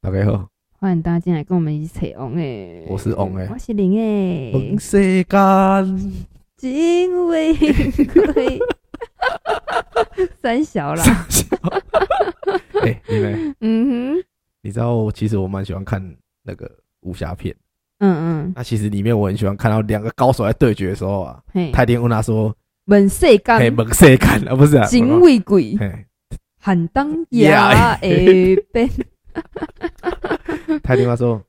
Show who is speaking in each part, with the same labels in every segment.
Speaker 1: 大家好，
Speaker 2: 欢迎大家进来跟我们一起扯王诶，
Speaker 1: 我是王诶
Speaker 2: 我是林诶
Speaker 1: 本，世间
Speaker 2: 因为贵， 三小啦，
Speaker 1: 哎，你们，
Speaker 2: 嗯哼，
Speaker 1: 你知道，其实我蛮喜欢看那个武侠片。
Speaker 2: 嗯嗯，
Speaker 1: 那其实里面我很喜欢看到两个高手在对决的时候啊，
Speaker 2: 嘿，
Speaker 1: 泰天问他说
Speaker 2: 本世：“
Speaker 1: 嘿，
Speaker 2: 间
Speaker 1: 猛谁看啊？不是啊，
Speaker 2: 嗯警卫鬼，
Speaker 1: 嘿，
Speaker 2: 喊当
Speaker 1: 呀
Speaker 2: 牙诶变，
Speaker 1: 泰天他说：“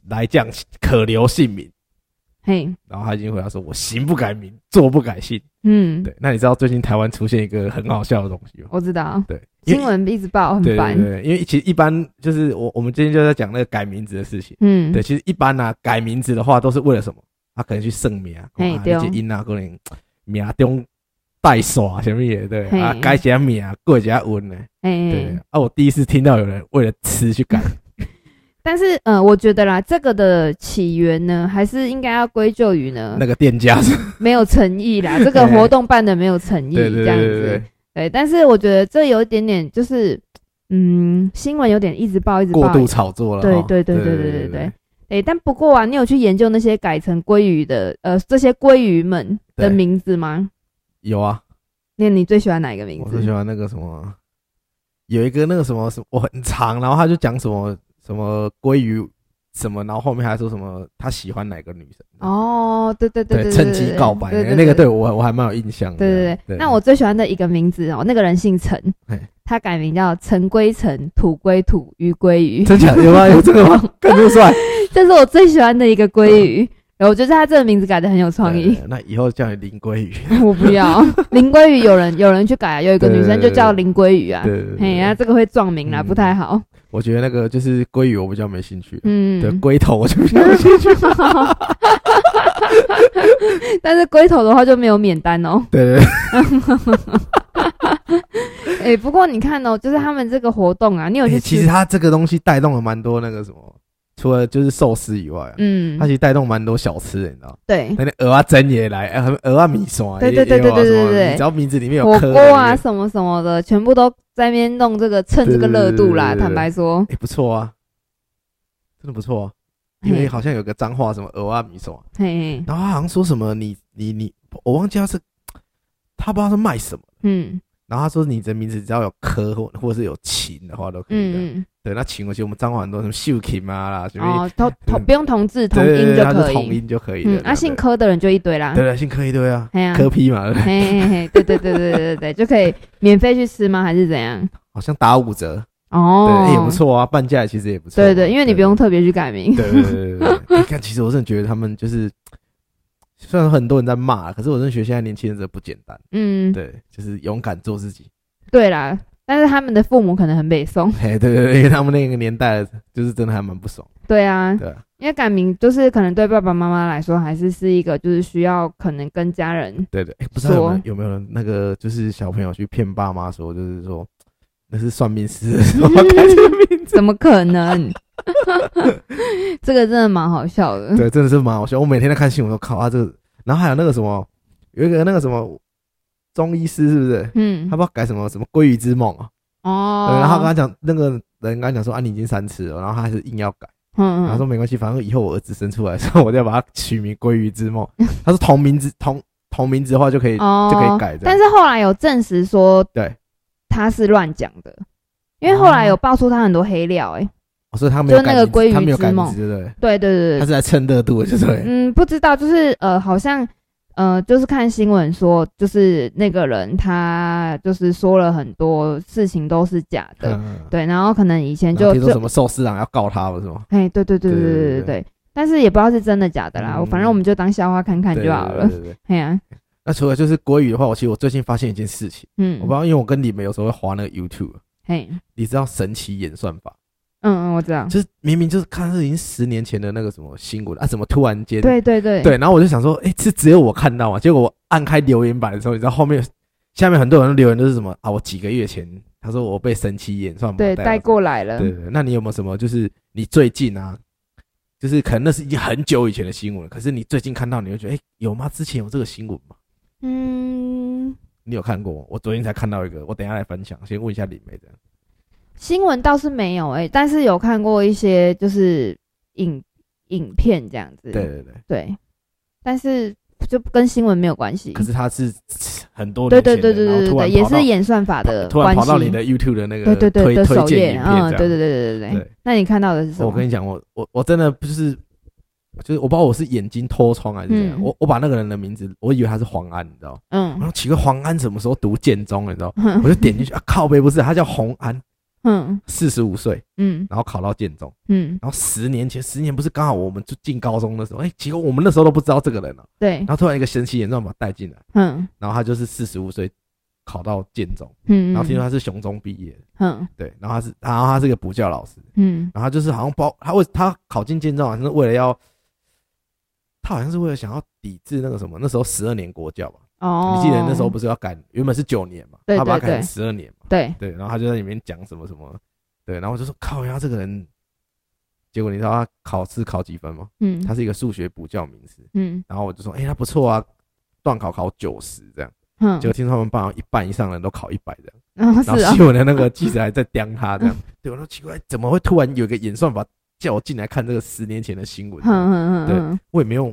Speaker 1: 来将可留姓名。
Speaker 2: 嘿，”
Speaker 1: 然后他已经回答说：“我行不改名，坐不改姓。”
Speaker 2: 嗯，
Speaker 1: 对，那你知道最近台湾出现一个很好笑的东西吗？
Speaker 2: 我知道，
Speaker 1: 对，因
Speaker 2: 哦新
Speaker 1: 为
Speaker 2: 闻一直报，
Speaker 1: 对
Speaker 2: 很
Speaker 1: 对
Speaker 2: 烦，
Speaker 1: 对，因为其实一般就是我我们今天就在讲那个改名字的事情。
Speaker 2: 嗯，
Speaker 1: 对，，其实一般啊，改名字的话都是为了什么？他、可能去圣名啊，
Speaker 2: 嘿
Speaker 1: 啊
Speaker 2: 对哦
Speaker 1: 这音啊，可能名中带耍什么也对
Speaker 2: 嘿
Speaker 1: 啊，改一下名啊，过一下文呢。对
Speaker 2: 哎，
Speaker 1: 啊，我第一次听到有人为了吃去 改，
Speaker 2: 但是呃，我觉得啦，这个的起源呢，还是应该要归咎于呢
Speaker 1: 那，个店家是，
Speaker 2: 没有诚意 啦，这个活动办的没有诚意，
Speaker 1: 对对
Speaker 2: 这
Speaker 1: 对
Speaker 2: 样
Speaker 1: 对
Speaker 2: 子
Speaker 1: 对，，
Speaker 2: 对，但是我觉得这有一点点就是，嗯，新闻有点一直报一直
Speaker 1: 过
Speaker 2: 报，
Speaker 1: 度炒作了
Speaker 2: 对
Speaker 1: 哈。
Speaker 2: 对对对对对对对。诶，但不过啊，你有去研究那些改成鲑鱼的，呃，这些鲑鱼们的
Speaker 1: 对
Speaker 2: 名字吗？
Speaker 1: 有啊，
Speaker 2: 那你最喜欢哪一个名
Speaker 1: 我最喜
Speaker 2: 字？
Speaker 1: 欢那个什么，有一个那个什么什么，我很长，然后他就讲什么什么鲑鱼什么，然后后面还说什么他喜欢哪个女生。
Speaker 2: 哦，对对
Speaker 1: 对，
Speaker 2: 对对，
Speaker 1: 趁机告白
Speaker 2: 对
Speaker 1: 那个，对我我还蛮有印象的。
Speaker 2: 对对对。那我最喜欢的一个名字哦，那个人姓陈
Speaker 1: 嘿，
Speaker 2: 他改名叫陈归陈，土归土，鱼归鱼。
Speaker 1: 真假的有吗？有这个吗？ 看这么帅，
Speaker 2: 这是我最喜欢的一个鲑鱼。然后我觉得他这个名字改的很有创意
Speaker 1: 嗯对。。那以后叫你林鲑鱼。
Speaker 2: 我不要林鲑鱼，有人有人去改啊，有一个
Speaker 1: 对
Speaker 2: 女生就叫林鲑 鱼啊。
Speaker 1: 对对
Speaker 2: 哎
Speaker 1: 对，
Speaker 2: 呀，这个会撞名啦，
Speaker 1: 嗯
Speaker 2: 不太好。
Speaker 1: 我觉得那个就是鲑鱼，我比较没兴趣。
Speaker 2: 嗯，
Speaker 1: 对，龟头我就比较没兴趣。
Speaker 2: 但是龟头的话就没有免单哦。
Speaker 1: 对对对，
Speaker 2: 哎，不过你看哦，就是他们这个活动啊，你有去
Speaker 1: 欸其实
Speaker 2: 吃？
Speaker 1: 它这个东西带动了蛮多那个什么，除了就是寿司以外啊，
Speaker 2: 嗯
Speaker 1: 它，其实带动蛮多小吃的，你知道？
Speaker 2: 对，
Speaker 1: 那个鹅啊蒸也来，呃鹅啊米线啊，
Speaker 2: 对
Speaker 1: 也
Speaker 2: 对对
Speaker 1: 也有啊
Speaker 2: 对对
Speaker 1: 什么
Speaker 2: 对对
Speaker 1: 你只要名字里面有
Speaker 2: 火
Speaker 1: 科
Speaker 2: 锅啊，什么什么的，全部都在那边弄这个蹭这个热度啦。
Speaker 1: 对对对对对
Speaker 2: 坦白说，
Speaker 1: 哎，不错啊，真的不错啊。因为
Speaker 2: 嘿
Speaker 1: 好像有个脏话什么鹅啊米线啊，
Speaker 2: 嘿，嘿
Speaker 1: 然后他好像说什么你你你，我忘记他是他不知道是卖什么。
Speaker 2: 嗯
Speaker 1: 然后他说你的名字只要有科或或者是有琴的话都可以的。
Speaker 2: 嗯
Speaker 1: 对，那琴我其实我们彰化很多什么秀琴啊啦，什
Speaker 2: 嗯，
Speaker 1: 么
Speaker 2: 哦，同同不用同字同
Speaker 1: 对对
Speaker 2: 音
Speaker 1: 对
Speaker 2: 就
Speaker 1: 它
Speaker 2: 可
Speaker 1: 是同
Speaker 2: 以。
Speaker 1: 音就可以
Speaker 2: 嗯
Speaker 1: 的。，
Speaker 2: 啊，姓柯的人就一堆啦。
Speaker 1: 对对，姓柯一堆啊，
Speaker 2: 嘿啊
Speaker 1: 柯批嘛，对不对
Speaker 2: 嘿嘿嘿，对对对对对对，就可以免费去吃吗？还是怎样？
Speaker 1: 好像打五折，对，
Speaker 2: 哦，
Speaker 1: 哎也不。错啊，半价其实也不错啊。
Speaker 2: 对对，因为你不用特别去改名。
Speaker 1: 对。对对对对对，你看，其实我真的觉得他们就是，虽然很多人在骂，可是我真的觉得现在年轻人真的不简单。
Speaker 2: 嗯，
Speaker 1: 对，就是勇敢做自己。
Speaker 2: 对啦，但是他们的父母可能很北宋。
Speaker 1: 嘿， 对对对，因为他们那个年代就是真的还蛮不爽。
Speaker 2: 对啊，
Speaker 1: 对啊，
Speaker 2: 因为改名就是可能对爸爸妈妈来说，还是是一个就是需要可能跟 家人。
Speaker 1: 对对，哎，不知道有没有
Speaker 2: 说啊
Speaker 1: 有没有人那个就是小朋友去骗爸妈说，就是说那是算命师的 说改这个名字。
Speaker 2: 怎么可能？ 这个真的蛮好笑的。
Speaker 1: 对，真的是蛮好笑。我每天在看新闻，都靠啊这个，然后还有那个什么，有一个那个什么中医师是不是？
Speaker 2: 嗯
Speaker 1: 他不，知道改什么什么鲑鱼之梦啊。
Speaker 2: 哦，
Speaker 1: 对，然后他跟他讲，那个人跟他讲说啊，你已经三次了，然后他还是硬要改，
Speaker 2: 嗯
Speaker 1: 然后
Speaker 2: 嗯
Speaker 1: 说没关系，反正以后我儿子生出来的时候，我再把他取名鲑鱼之梦。他说同名字同同名字的话就可以，
Speaker 2: 哦，
Speaker 1: 就可以改这样
Speaker 2: 但是后来有证实说，
Speaker 1: 对，哦
Speaker 2: 他是乱讲的，因为后来有爆出他很多黑料、欸，哎，
Speaker 1: 我哦说他没有
Speaker 2: 就那
Speaker 1: 改
Speaker 2: 个
Speaker 1: 名字
Speaker 2: 鲑鱼
Speaker 1: 他没有改
Speaker 2: 之
Speaker 1: 名
Speaker 2: 梦
Speaker 1: 字，对不对？
Speaker 2: 对对对
Speaker 1: 他
Speaker 2: 对，
Speaker 1: 是在蹭热度，就是对了。
Speaker 2: 嗯，不知道，就是呃，好像呃，就是看新闻说，就是那个人他就是说了很多事情都是假的，
Speaker 1: 嗯，
Speaker 2: 对，然后可能以前
Speaker 1: 然后
Speaker 2: 就
Speaker 1: 听说什
Speaker 2: 就
Speaker 1: 么寿司郎要告他了，是吗？
Speaker 2: 哎，对对对
Speaker 1: 对
Speaker 2: 对对
Speaker 1: 对
Speaker 2: 对
Speaker 1: 对
Speaker 2: 对对，但是也不知道是真的假的啦，
Speaker 1: 嗯
Speaker 2: 我反正我们就当笑话看看就好了
Speaker 1: 对，对对对。
Speaker 2: 哎呀，
Speaker 1: 那除了就是国语的话，我其实我最近发现一件事情，
Speaker 2: 嗯
Speaker 1: 我不知，道，因为我跟你们有时候会滑那个 YouTube，
Speaker 2: 嘿，
Speaker 1: 你知道神奇演算法，
Speaker 2: 嗯嗯，我知道，
Speaker 1: 就是明明就是看是已经十年前的那个什么新闻啊，怎么突然间
Speaker 2: 对对对，
Speaker 1: 对，然后我就想说，哎、是只有我看到嘛？结果我按开留言板的时候，你知道后面下面很多人留言都是什么啊？我几个月前他说我被神奇演算法
Speaker 2: 对带
Speaker 1: 带
Speaker 2: 过来了
Speaker 1: 了。，对对对，那你有没有什么就是你最近啊，就是可能那是已经很久以前的新闻了，可是你最近看到，你会觉得哎、诶有吗？之前有这个新闻吗？
Speaker 2: 嗯。
Speaker 1: 你有看过吗？我昨天才看到一个，我等一下来分享，先问一下李梅的。
Speaker 2: 新闻倒是没有哎、但是有看过一些就是影影片这样子，
Speaker 1: 对对对，
Speaker 2: 对但是就跟新闻没有关系。
Speaker 1: 可是他是很多
Speaker 2: 对
Speaker 1: 年
Speaker 2: 对
Speaker 1: 前的
Speaker 2: 对对
Speaker 1: 然后
Speaker 2: 对
Speaker 1: 突
Speaker 2: 对，
Speaker 1: 然
Speaker 2: 也
Speaker 1: 跑到
Speaker 2: 是演算法的
Speaker 1: 突然
Speaker 2: 关
Speaker 1: 跑
Speaker 2: 系
Speaker 1: 到。你的 YouTube 的那个
Speaker 2: 对对对
Speaker 1: 推
Speaker 2: 的首
Speaker 1: 推荐
Speaker 2: 页，
Speaker 1: 影片
Speaker 2: 嗯，
Speaker 1: 这
Speaker 2: 对
Speaker 1: 样。
Speaker 2: 对对对对
Speaker 1: 对。
Speaker 2: 那你看到的是什么？
Speaker 1: 我跟你讲，我我我真的不是，就是我不知道我是眼睛偷窗还是怎样，
Speaker 2: 嗯
Speaker 1: 我我把那个人的名字，我以为他是黄安，你知道？然
Speaker 2: 嗯
Speaker 1: 后奇怪，黄安什么时候读建中？你知道？
Speaker 2: 嗯
Speaker 1: 我就点进去啊，靠背不是，他叫洪安，
Speaker 2: 嗯
Speaker 1: 四十五岁，
Speaker 2: 嗯
Speaker 1: 然后考到建中，
Speaker 2: 嗯，
Speaker 1: 然后十年前，十年不是刚好我们就进高中的时候，哎、奇怪，我们那时候都不知道这个人了、啊
Speaker 2: 对
Speaker 1: 然，后突然一个神奇眼罩把他带进来，
Speaker 2: 嗯
Speaker 1: 然后他就是四十五岁考到建中，
Speaker 2: 嗯，
Speaker 1: 然后听说他是雄中毕业的，
Speaker 2: 嗯
Speaker 1: 对，然后他是，然后他是个补教老师，
Speaker 2: 嗯
Speaker 1: 然后他就是好像包他为他考进建中好像是为了要，他好像是为了想要抵制那个什么，那时候十二年国教吧，
Speaker 2: 哦，
Speaker 1: 你记得那时候不是要改，原本是九年嘛，
Speaker 2: 对
Speaker 1: 他把它
Speaker 2: 对
Speaker 1: 改成
Speaker 2: 对
Speaker 1: 十二年嘛，
Speaker 2: 对，
Speaker 1: 对，然后他就在里面讲什么什么，对，然后我就说靠呀，这个人，结果你知道他考试考几分吗？
Speaker 2: 嗯，
Speaker 1: 他是一个数学补教名师，
Speaker 2: 嗯
Speaker 1: 然后我就说，哎、他不错啊，段考考九十这样，
Speaker 2: 嗯，
Speaker 1: 结果听说他们班好像一半以上的人都考一百这样。
Speaker 2: 然后
Speaker 1: 然
Speaker 2: 是
Speaker 1: 后
Speaker 2: 啊，
Speaker 1: 新闻的那个记者还在刁他这 样，对我说奇怪，怎么会突然有一个演算法叫我进来看这个十年前的新闻
Speaker 2: 嗯？嗯嗯嗯，
Speaker 1: 我也没有，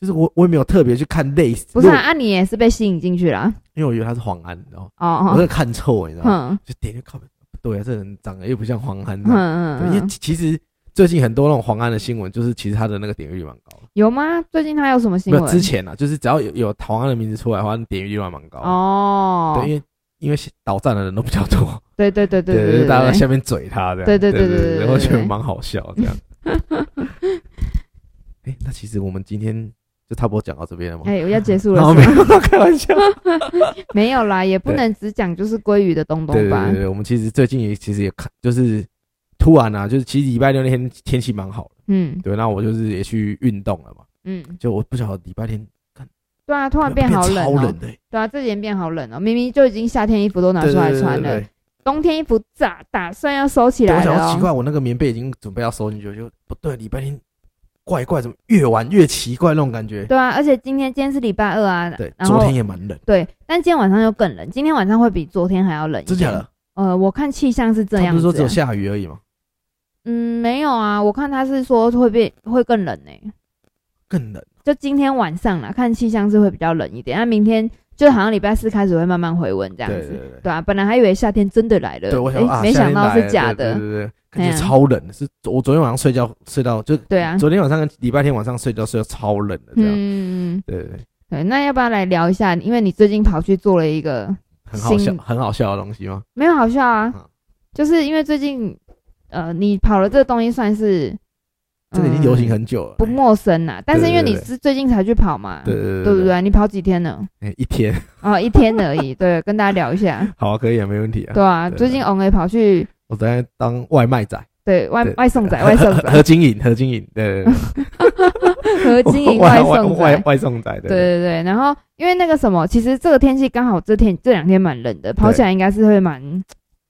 Speaker 1: 就是我我也没有特别去看类似，
Speaker 2: 不是
Speaker 1: 因
Speaker 2: 啊，
Speaker 1: 为我
Speaker 2: 啊你也是被吸引进去了，
Speaker 1: 因为我以为他是黄安，然后
Speaker 2: 哦
Speaker 1: 我
Speaker 2: 哦
Speaker 1: 是，看错，你知道吗？
Speaker 2: 嗯
Speaker 1: 就点进去靠，对啊，这人长得又不像黄安
Speaker 2: 嗯
Speaker 1: 这样，
Speaker 2: 嗯
Speaker 1: 对因为
Speaker 2: 嗯，
Speaker 1: 其其实最近很多那种黄安的新闻，就是其实他的那个点阅率蛮高的，
Speaker 2: 有吗？最近他有什么新
Speaker 1: 没有
Speaker 2: 闻？
Speaker 1: 之前啊，就是只要有有黄安的名字出来的话，点阅率还蛮高的，
Speaker 2: 哦，
Speaker 1: 对，因为因为倒站的人都比较多。
Speaker 2: 对对 对对
Speaker 1: 对
Speaker 2: 对
Speaker 1: 就大家在
Speaker 2: 对，
Speaker 1: 下面嘴他这样，
Speaker 2: 对对
Speaker 1: 对
Speaker 2: 对对对对
Speaker 1: 然后觉得
Speaker 2: 对
Speaker 1: 蛮好笑这 样。哎，那其实我们今天就差不多讲到这边了吗？
Speaker 2: 哎，我要结束了
Speaker 1: 然后
Speaker 2: 是
Speaker 1: 没
Speaker 2: 吗，
Speaker 1: 有开玩笑，
Speaker 2: 没有啦，也不能只讲就是鲑鱼的
Speaker 1: 对
Speaker 2: 东东
Speaker 1: 对
Speaker 2: 吧
Speaker 1: 对，，对我们其实最近也其实也看，就是突然啊，就是其实礼拜六那天天气蛮好的，
Speaker 2: 嗯
Speaker 1: 对，那我就是也去运动了嘛，
Speaker 2: 嗯，
Speaker 1: 就我不晓得礼拜天
Speaker 2: 对啊，突
Speaker 1: 突
Speaker 2: 然变好
Speaker 1: 超
Speaker 2: 冷哦
Speaker 1: 冷，的，
Speaker 2: 对啊，这几天变好冷哦，明明就已经夏天衣服都拿
Speaker 1: 对
Speaker 2: 啊出来
Speaker 1: 对对
Speaker 2: 穿
Speaker 1: 对
Speaker 2: 了
Speaker 1: 对，
Speaker 2: 冬天衣服打打算要收起
Speaker 1: 对，我
Speaker 2: 来
Speaker 1: 想
Speaker 2: 了
Speaker 1: 说奇
Speaker 2: 哦，
Speaker 1: 怪，我那个棉被已经准备要收进去了，就不对，礼拜天怪怪，怎么越玩越奇怪那种感觉。
Speaker 2: 对啊，而且今天今天是礼拜二啊，
Speaker 1: 对，
Speaker 2: 然
Speaker 1: 昨
Speaker 2: 后
Speaker 1: 天也蛮冷，
Speaker 2: 对，但今天晚上又更冷，今天晚上会比昨天还要冷一
Speaker 1: 真假
Speaker 2: 点
Speaker 1: 的。？
Speaker 2: 呃，我看气象是这
Speaker 1: 啊他
Speaker 2: 样
Speaker 1: 不是
Speaker 2: 子
Speaker 1: 说
Speaker 2: 啊、
Speaker 1: 只有下雨而已吗？
Speaker 2: 嗯，没有啊，我看他是说会变会更冷呢、欸
Speaker 1: 更冷，
Speaker 2: 就今天晚上啦，看气象是会比较冷一点，那明天就好像礼拜四开始会慢慢回温这样
Speaker 1: 对对
Speaker 2: 子。
Speaker 1: 对对。
Speaker 2: 对啊，本来还以为夏天真的来了，
Speaker 1: 对，我想
Speaker 2: 诶
Speaker 1: 说啊，
Speaker 2: 没想到
Speaker 1: 夏天来
Speaker 2: 是
Speaker 1: 了
Speaker 2: 假
Speaker 1: 对
Speaker 2: 的。
Speaker 1: 对对，对感
Speaker 2: 哎
Speaker 1: 觉
Speaker 2: 呀
Speaker 1: 超冷的，是我昨天晚上睡觉睡到就
Speaker 2: 对啊
Speaker 1: 昨天晚上跟礼拜天晚上睡觉睡到超冷的这样，
Speaker 2: 嗯，
Speaker 1: 对对对，
Speaker 2: 对，那要不要来聊一下？因为你最近跑去做了一个
Speaker 1: 很好笑
Speaker 2: 心
Speaker 1: 很好笑的东西吗？
Speaker 2: 没有好笑啊，
Speaker 1: 嗯
Speaker 2: 就是因为最近呃，你跑了这个东西算是
Speaker 1: 这个已经流行
Speaker 2: 嗯
Speaker 1: 很久了，
Speaker 2: 不陌生啦，但是因为你
Speaker 1: 对对
Speaker 2: 是最近才去跑嘛，
Speaker 1: 对对
Speaker 2: 对不
Speaker 1: 对
Speaker 2: 对？你跑几天了？
Speaker 1: 哎一天
Speaker 2: 哦，一天而已。对，跟大家聊一下。
Speaker 1: 好啊可以啊，没问题啊
Speaker 2: 对。啊，
Speaker 1: 对
Speaker 2: 最近 On A 跑去
Speaker 1: 我昨天当外卖仔，
Speaker 2: 对外
Speaker 1: 对
Speaker 2: 外送仔、 外 送
Speaker 1: 何
Speaker 2: 仔
Speaker 1: 何、金颖，何金颖，对对对对，
Speaker 2: 和 经营
Speaker 1: 外
Speaker 2: 送
Speaker 1: 外
Speaker 2: 仔。
Speaker 1: 外送仔，对
Speaker 2: 对对对，然后因为那个什么，其实这个天气刚好这天这两天蛮冷的，跑起来应该是会蛮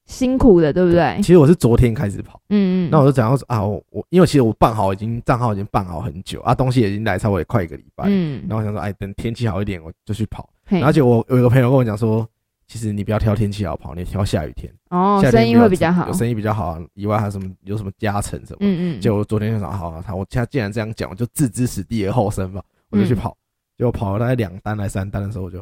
Speaker 2: 辛苦的，对不对
Speaker 1: 其？实我是昨天开始跑。
Speaker 2: 嗯嗯。
Speaker 1: 那我就讲到说啊，我我因为其实我办好已经账号已经办好很久啊，东西也已经来差不多也快一个礼拜，
Speaker 2: 嗯
Speaker 1: 然，后我想说，哎，等天气好一点我就去跑。
Speaker 2: 嘿
Speaker 1: 而且我有一个朋友跟我讲说，其实你不要挑天气好跑，你挑下雨天，
Speaker 2: 哦
Speaker 1: 下雨，天
Speaker 2: 生意会比较好
Speaker 1: 有。生意比较好、啊。以外还有什么有什么加成什么？
Speaker 2: 嗯嗯，
Speaker 1: 结果我昨天就想，好、啊，他我他既然这样讲，我就置之死地而后生吧，我
Speaker 2: 嗯
Speaker 1: 就去跑。结果跑了大概两单来三单的时候，我就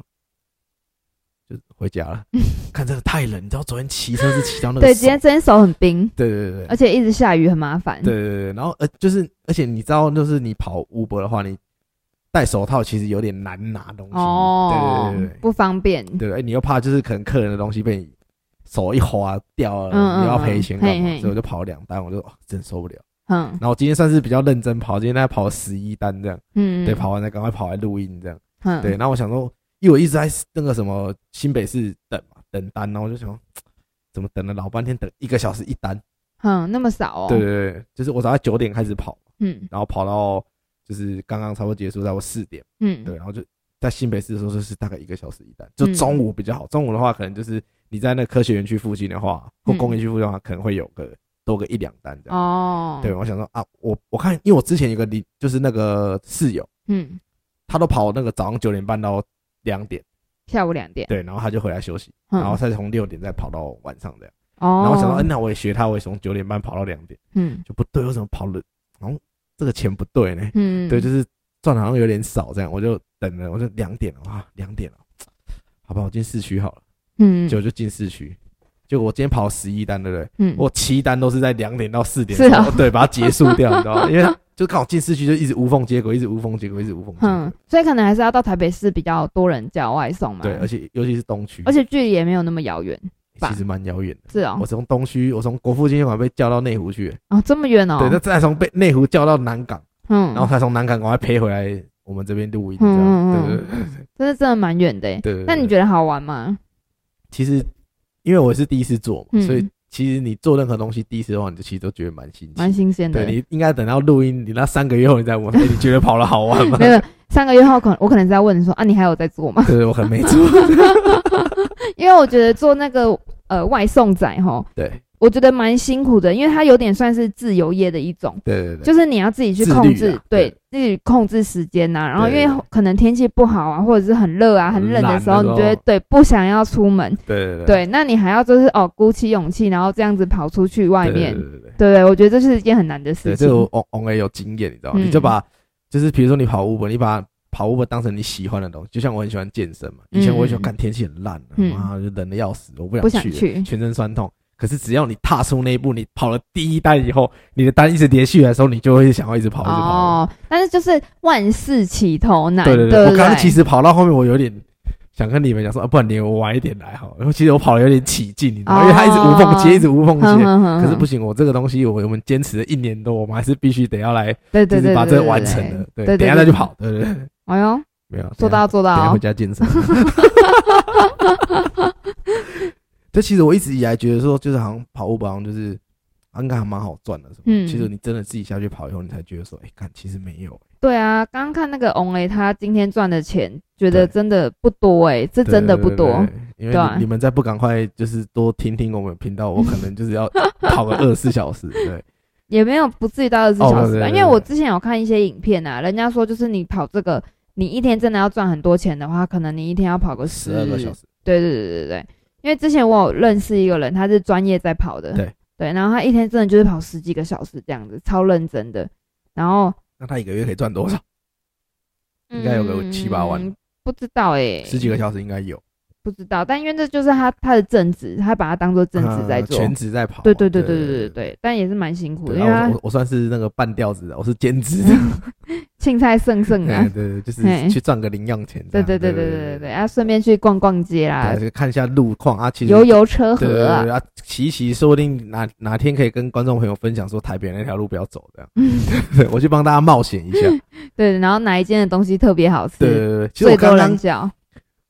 Speaker 1: 就回家 了。看真的太冷，你知道昨天骑车是骑到那个
Speaker 2: 对，
Speaker 1: 手
Speaker 2: 今天今天手很冰，
Speaker 1: 对对对对，
Speaker 2: 而且一直下雨，很麻烦。
Speaker 1: 对对对，然后呃，就是而且你知道，就是你跑 Uber 的话，你戴手套其实有点难拿东西。
Speaker 2: 哦，
Speaker 1: 对对对对
Speaker 2: 不方便。
Speaker 1: 对对，哎你又怕就是可能客人的东西被你手一滑掉了，
Speaker 2: 嗯
Speaker 1: 你又要
Speaker 2: 嗯
Speaker 1: 赔
Speaker 2: 嗯
Speaker 1: 钱干嘛？
Speaker 2: 嘿嘿
Speaker 1: 所以我就跑了两单，我就、哦、真受不了。
Speaker 2: 嗯
Speaker 1: 然后我今天算是比较认真跑，今天大概跑了十一单这样，
Speaker 2: 嗯，
Speaker 1: 对，跑完再赶快跑来录音这样。
Speaker 2: 嗯，
Speaker 1: 对，然后我想说，因为我一直在那个什么新北市等嘛，等单，然后我就想说。怎么等了老半天，等一个小时一单？
Speaker 2: 嗯，那么少哦。
Speaker 1: 对，对对，就是我早上九点开始跑，
Speaker 2: 嗯
Speaker 1: 然后跑到就是刚刚差不多结束，在我四点，
Speaker 2: 嗯，
Speaker 1: 对，然后就在新北市的时候就是大概一个小时一单，就中午比较好。中午的话，可能就是你在那科学园区附近的话，或
Speaker 2: 嗯
Speaker 1: 工业区附近的话，可能会有个多个一两单这样。
Speaker 2: 哦，
Speaker 1: 对，，我想说啊，我我看，因为我之前有个邻，就是那个室友，
Speaker 2: 嗯，
Speaker 1: 他都跑那个早上九点半到两点，
Speaker 2: 下午两点，
Speaker 1: 对，然后他就回来休息，
Speaker 2: 嗯
Speaker 1: 然后再从六点再跑到晚上这样。
Speaker 2: 哦，
Speaker 1: 然后我想到，嗯、那我也学他，我也从九点半跑到两点，
Speaker 2: 嗯
Speaker 1: 就不对，为什么跑了？然后这个钱不对呢？
Speaker 2: 嗯，
Speaker 1: 对，就是赚的好像有点少，这样我就等了，我就两点了，哇，两点了，好吧，我进市区好了，
Speaker 2: 嗯，
Speaker 1: 结果就进市区，结果我今天跑十一单，对不对？
Speaker 2: 嗯，
Speaker 1: 我七单都是在两点到四点，
Speaker 2: 是哦
Speaker 1: 对，把它结束掉，你知道 吗？因为它就刚好进市区就一直无缝接轨，一直无缝接轨，一直无缝接轨，
Speaker 2: 嗯，所以可能还是要到台北市比较多人叫外送嘛，
Speaker 1: 对，而且尤其是东区，
Speaker 2: 而且距离也没有那么遥远，
Speaker 1: 其实蛮遥远的。
Speaker 2: 是哦
Speaker 1: 我，从东区，我从国父纪念馆被叫到内湖去，
Speaker 2: 哦这么远哦，
Speaker 1: 对，那再从被内湖叫到南港，
Speaker 2: 嗯，
Speaker 1: 然后才从南港赶快陪回来我们这边录音，这
Speaker 2: 嗯
Speaker 1: 样，
Speaker 2: 嗯
Speaker 1: 对
Speaker 2: 嗯
Speaker 1: 对对
Speaker 2: 这是真的蛮远的耶，
Speaker 1: 对对。
Speaker 2: 那你
Speaker 1: 得？
Speaker 2: 觉得好玩吗？
Speaker 1: 其实因为我是第一次做嘛，
Speaker 2: 嗯
Speaker 1: 所以其实你做任何东西第一次的话，你就其实都觉得蛮新
Speaker 2: 蛮
Speaker 1: 奇。
Speaker 2: 新鲜的欸
Speaker 1: 对，，你应该等到录音，你那三个月后你再问我，哎你觉得跑了好玩吗？
Speaker 2: 没有三个月后可能我可能在问你说啊，你还有在 做吗？
Speaker 1: 对，我很没做。
Speaker 2: 因为我觉得做那个呃外送仔哈，
Speaker 1: 对
Speaker 2: 我觉得蛮辛苦的，因为它有点算是自由业的一种。
Speaker 1: 对对对，
Speaker 2: 就是你要自己去控
Speaker 1: 自律
Speaker 2: 制
Speaker 1: 啊，
Speaker 2: 对，自己控制时间啊呐。然后因
Speaker 1: 对对
Speaker 2: 为
Speaker 1: 对
Speaker 2: 可能天气不好啊，或者是很热啊、很冷的时候，
Speaker 1: 很懒的时候
Speaker 2: 你觉得对不想要出门，
Speaker 1: 对对
Speaker 2: 对，那你还要就是哦鼓起勇气，然后这样子跑出去外面
Speaker 1: 对，对对对。
Speaker 2: 对对，我觉得这是一件很难的
Speaker 1: 对，
Speaker 2: 事
Speaker 1: 这个
Speaker 2: 情。
Speaker 1: 我 on 有经验，你知道吗？
Speaker 2: 嗯
Speaker 1: 你就把就是比如说你跑 Uber，你把跑 Uber 当成你喜欢的东西，就像我很喜欢健身嘛，
Speaker 2: 嗯
Speaker 1: 以前我很喜欢看天气很烂啊，
Speaker 2: 嗯
Speaker 1: 妈就冷的要死，我不
Speaker 2: 不
Speaker 1: 想
Speaker 2: 想
Speaker 1: 去了，
Speaker 2: 去
Speaker 1: 全身酸痛。可是只要你踏出那一步，你跑了第一单以后，你的单一直连续来的时候，你就会想要一直跑，一直跑。
Speaker 2: 哦，但是就是万事起头难，
Speaker 1: 对
Speaker 2: 对
Speaker 1: 对，我
Speaker 2: 不
Speaker 1: 刚刚其实跑到后面，我有点。想跟你们讲说，啊，不然你我晚一点来好了。然后其实我跑的有点起劲，你知道吗？
Speaker 2: 哦嗯
Speaker 1: 因为他一直无缝接，一直无缝
Speaker 2: 哼
Speaker 1: 接。
Speaker 2: 哼哼
Speaker 1: 可是不行，我这个东西我我们坚持了一年多，我们还是必须得要来
Speaker 2: 对
Speaker 1: 就
Speaker 2: 对
Speaker 1: 是
Speaker 2: 对，
Speaker 1: 把
Speaker 2: 对
Speaker 1: 这个完成了，
Speaker 2: 对
Speaker 1: 对，等
Speaker 2: 对，
Speaker 1: 一下再
Speaker 2: 对
Speaker 1: 去。跑，对对对，
Speaker 2: 哎呦，
Speaker 1: 没有
Speaker 2: 做到，做
Speaker 1: 等一下等一下
Speaker 2: 到
Speaker 1: 回，家健身。 这其实我一直以来觉得说，就是好像跑步好像就是啊应该还蛮好赚的，什么？
Speaker 2: 嗯
Speaker 1: 其实你真的自己下去跑以后，你才觉得说，哎，看其实没有，
Speaker 2: 对啊，刚刚看那个 On A，他今天赚的钱，觉得
Speaker 1: 对
Speaker 2: 真的不多哎、这真的不多。
Speaker 1: 对，对对对因为
Speaker 2: 对啊
Speaker 1: 你你们再不赶快就是多听听我们频道，我可能就是要跑个二十四小时，对，
Speaker 2: 也没有不至于到二十
Speaker 1: 哦
Speaker 2: 小时
Speaker 1: 对
Speaker 2: 吧，
Speaker 1: 对
Speaker 2: 因
Speaker 1: 对
Speaker 2: 为我之前有看一些影片啊，人家说就是你跑这个，你一天真的要赚很多钱的话，可能你一天要跑个
Speaker 1: 十二个小
Speaker 2: 时。
Speaker 1: 时，
Speaker 2: 对对对对对，因为之前我有认识一个人，他是专业在跑的，
Speaker 1: 对
Speaker 2: 对，然后他一天真的就是跑十几个小时这样子，超认真的。然后
Speaker 1: 那他一个月可以赚多少？应该有个七八万
Speaker 2: 嗯不知道哎、
Speaker 1: 十几个小时应该有，
Speaker 2: 不知道，但因为这就是他他的正职，他把它当做正职
Speaker 1: 嗯
Speaker 2: 在做，
Speaker 1: 全职在跑嘛，
Speaker 2: 对对对对对对对，但也是蛮辛苦的，
Speaker 1: 对，
Speaker 2: 因
Speaker 1: 然后
Speaker 2: 为
Speaker 1: 我
Speaker 2: 他
Speaker 1: 我我算是那个半吊子的，我是兼职的，
Speaker 2: 青菜剩剩
Speaker 1: 哎
Speaker 2: 啊，
Speaker 1: 对对，就是
Speaker 2: 嘿
Speaker 1: 去赚个零用钱这
Speaker 2: 对
Speaker 1: 样。
Speaker 2: 对对对
Speaker 1: 对
Speaker 2: 对啊对对，啊，顺便去逛逛街啦
Speaker 1: 对，就看一下路况啊，其实
Speaker 2: 游游车
Speaker 1: 对对
Speaker 2: 河
Speaker 1: 对对
Speaker 2: 啊，
Speaker 1: 啊，骑一骑，说不定哪哪天可以跟观众朋友分享说台北那条路不要走这样，
Speaker 2: 嗯
Speaker 1: 对我去帮大家冒险一下。
Speaker 2: 对，然后哪一间的东西特别好
Speaker 1: 对对
Speaker 2: 吃，
Speaker 1: 对对，其实
Speaker 2: 嗯最
Speaker 1: 我
Speaker 2: 多
Speaker 1: 刚
Speaker 2: 人
Speaker 1: 刚
Speaker 2: 叫，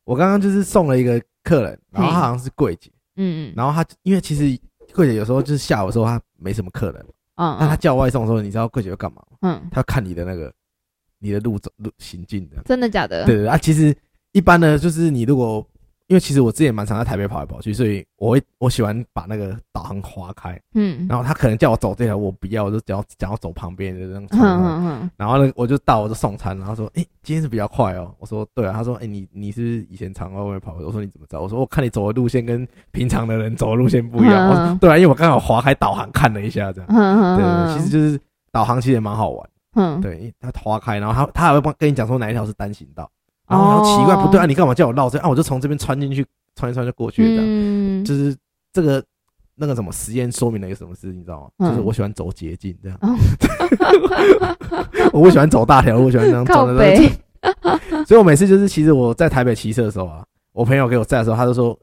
Speaker 1: 我刚刚就是送了一个客人，然后
Speaker 2: 嘿
Speaker 1: 他好像是柜姐，
Speaker 2: 嗯嗯
Speaker 1: 然后他因为其实柜姐有时候就是下午的时候她没什么客人，那她
Speaker 2: 嗯
Speaker 1: 叫外送的时候，你知道柜姐会干嘛吗？
Speaker 2: 嗯，
Speaker 1: 她看你的那个你的路走路行进这样。
Speaker 2: 真的假的？
Speaker 1: 对对对啊，其实一般呢，就是你如果因为其实我之前蛮常在台北跑来跑去，所以我会我喜欢把那个导航划开，
Speaker 2: 嗯，
Speaker 1: 然后他可能叫我走这条，我不要，我就只要只要走旁边的那种
Speaker 2: 嗯
Speaker 1: 车。
Speaker 2: 嗯嗯，
Speaker 1: 然后呢，我就到，我就送餐，然后说，哎、今天是比较快哦。我说，对啊。他说，哎、你你是不是以前常在外面跑？我说你怎么知道？我说我看你走的路线跟平常的人走的路线不一样。
Speaker 2: 嗯
Speaker 1: 我说对啊，因为我刚好划开导航看了一下，这样。对
Speaker 2: 嗯
Speaker 1: 对对，
Speaker 2: 嗯
Speaker 1: 其实就是导航其实也蛮好玩。
Speaker 2: 嗯，
Speaker 1: 对，因为他划开，然后他他还会帮跟你讲说哪一条是单行道，然后我想说奇怪不对啊，你干嘛叫我绕这？啊，我就从这边穿进去，穿一穿就过去了这样。
Speaker 2: 哦嗯，
Speaker 1: 就是这个那个什么实验说明了一个什么事，你知道
Speaker 2: 嗯
Speaker 1: 吗？就是我喜欢走捷径这样
Speaker 2: 哦，
Speaker 1: 我不喜欢走大条路，我喜欢这样
Speaker 2: 靠
Speaker 1: 走的。
Speaker 2: 北，
Speaker 1: 所以我每次就是，其实我在台北骑车的时候啊，我朋友给我载的时候，他就说：“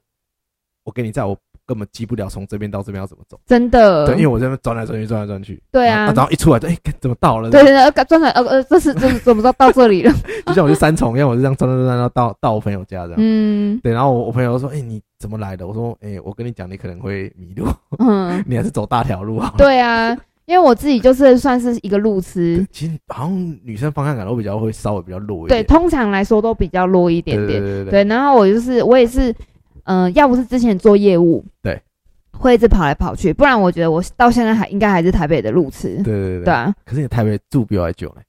Speaker 1: 我给你载，我根本记不了从这边到这边要怎么走。”
Speaker 2: 真的，
Speaker 1: 对，因为我在那边转来转去，转来转去。
Speaker 2: 嗯对啊
Speaker 1: 然后一出来就哎，看怎么到 了？
Speaker 2: 对对对，转转呃呃，这是这是怎么到到这里了？
Speaker 1: 就像我去三重一样，我就这样转转转转到到我朋友家这样。
Speaker 2: 嗯
Speaker 1: 对，然后我我朋友说：“哎，你怎么来的？”我说：“哎，我跟你讲，你可能会迷路，
Speaker 2: 嗯，
Speaker 1: 你还是走大条路好了。”
Speaker 2: 对啊，因为我自己就是算是一个路痴
Speaker 1: 对，其实好像女生方向感都比较会稍微比较弱一
Speaker 2: 对，
Speaker 1: 点，
Speaker 2: 通常来说都比较弱一点
Speaker 1: 对
Speaker 2: 点。
Speaker 1: 对对对
Speaker 2: 对，然后我就是我也是，嗯、要不是之前做业务，
Speaker 1: 对，
Speaker 2: 会一直跑来跑去，不然我觉得我到现在还应该还是台北的路痴
Speaker 1: 对。对
Speaker 2: 对啊，
Speaker 1: 可是你台北住比我还久呢，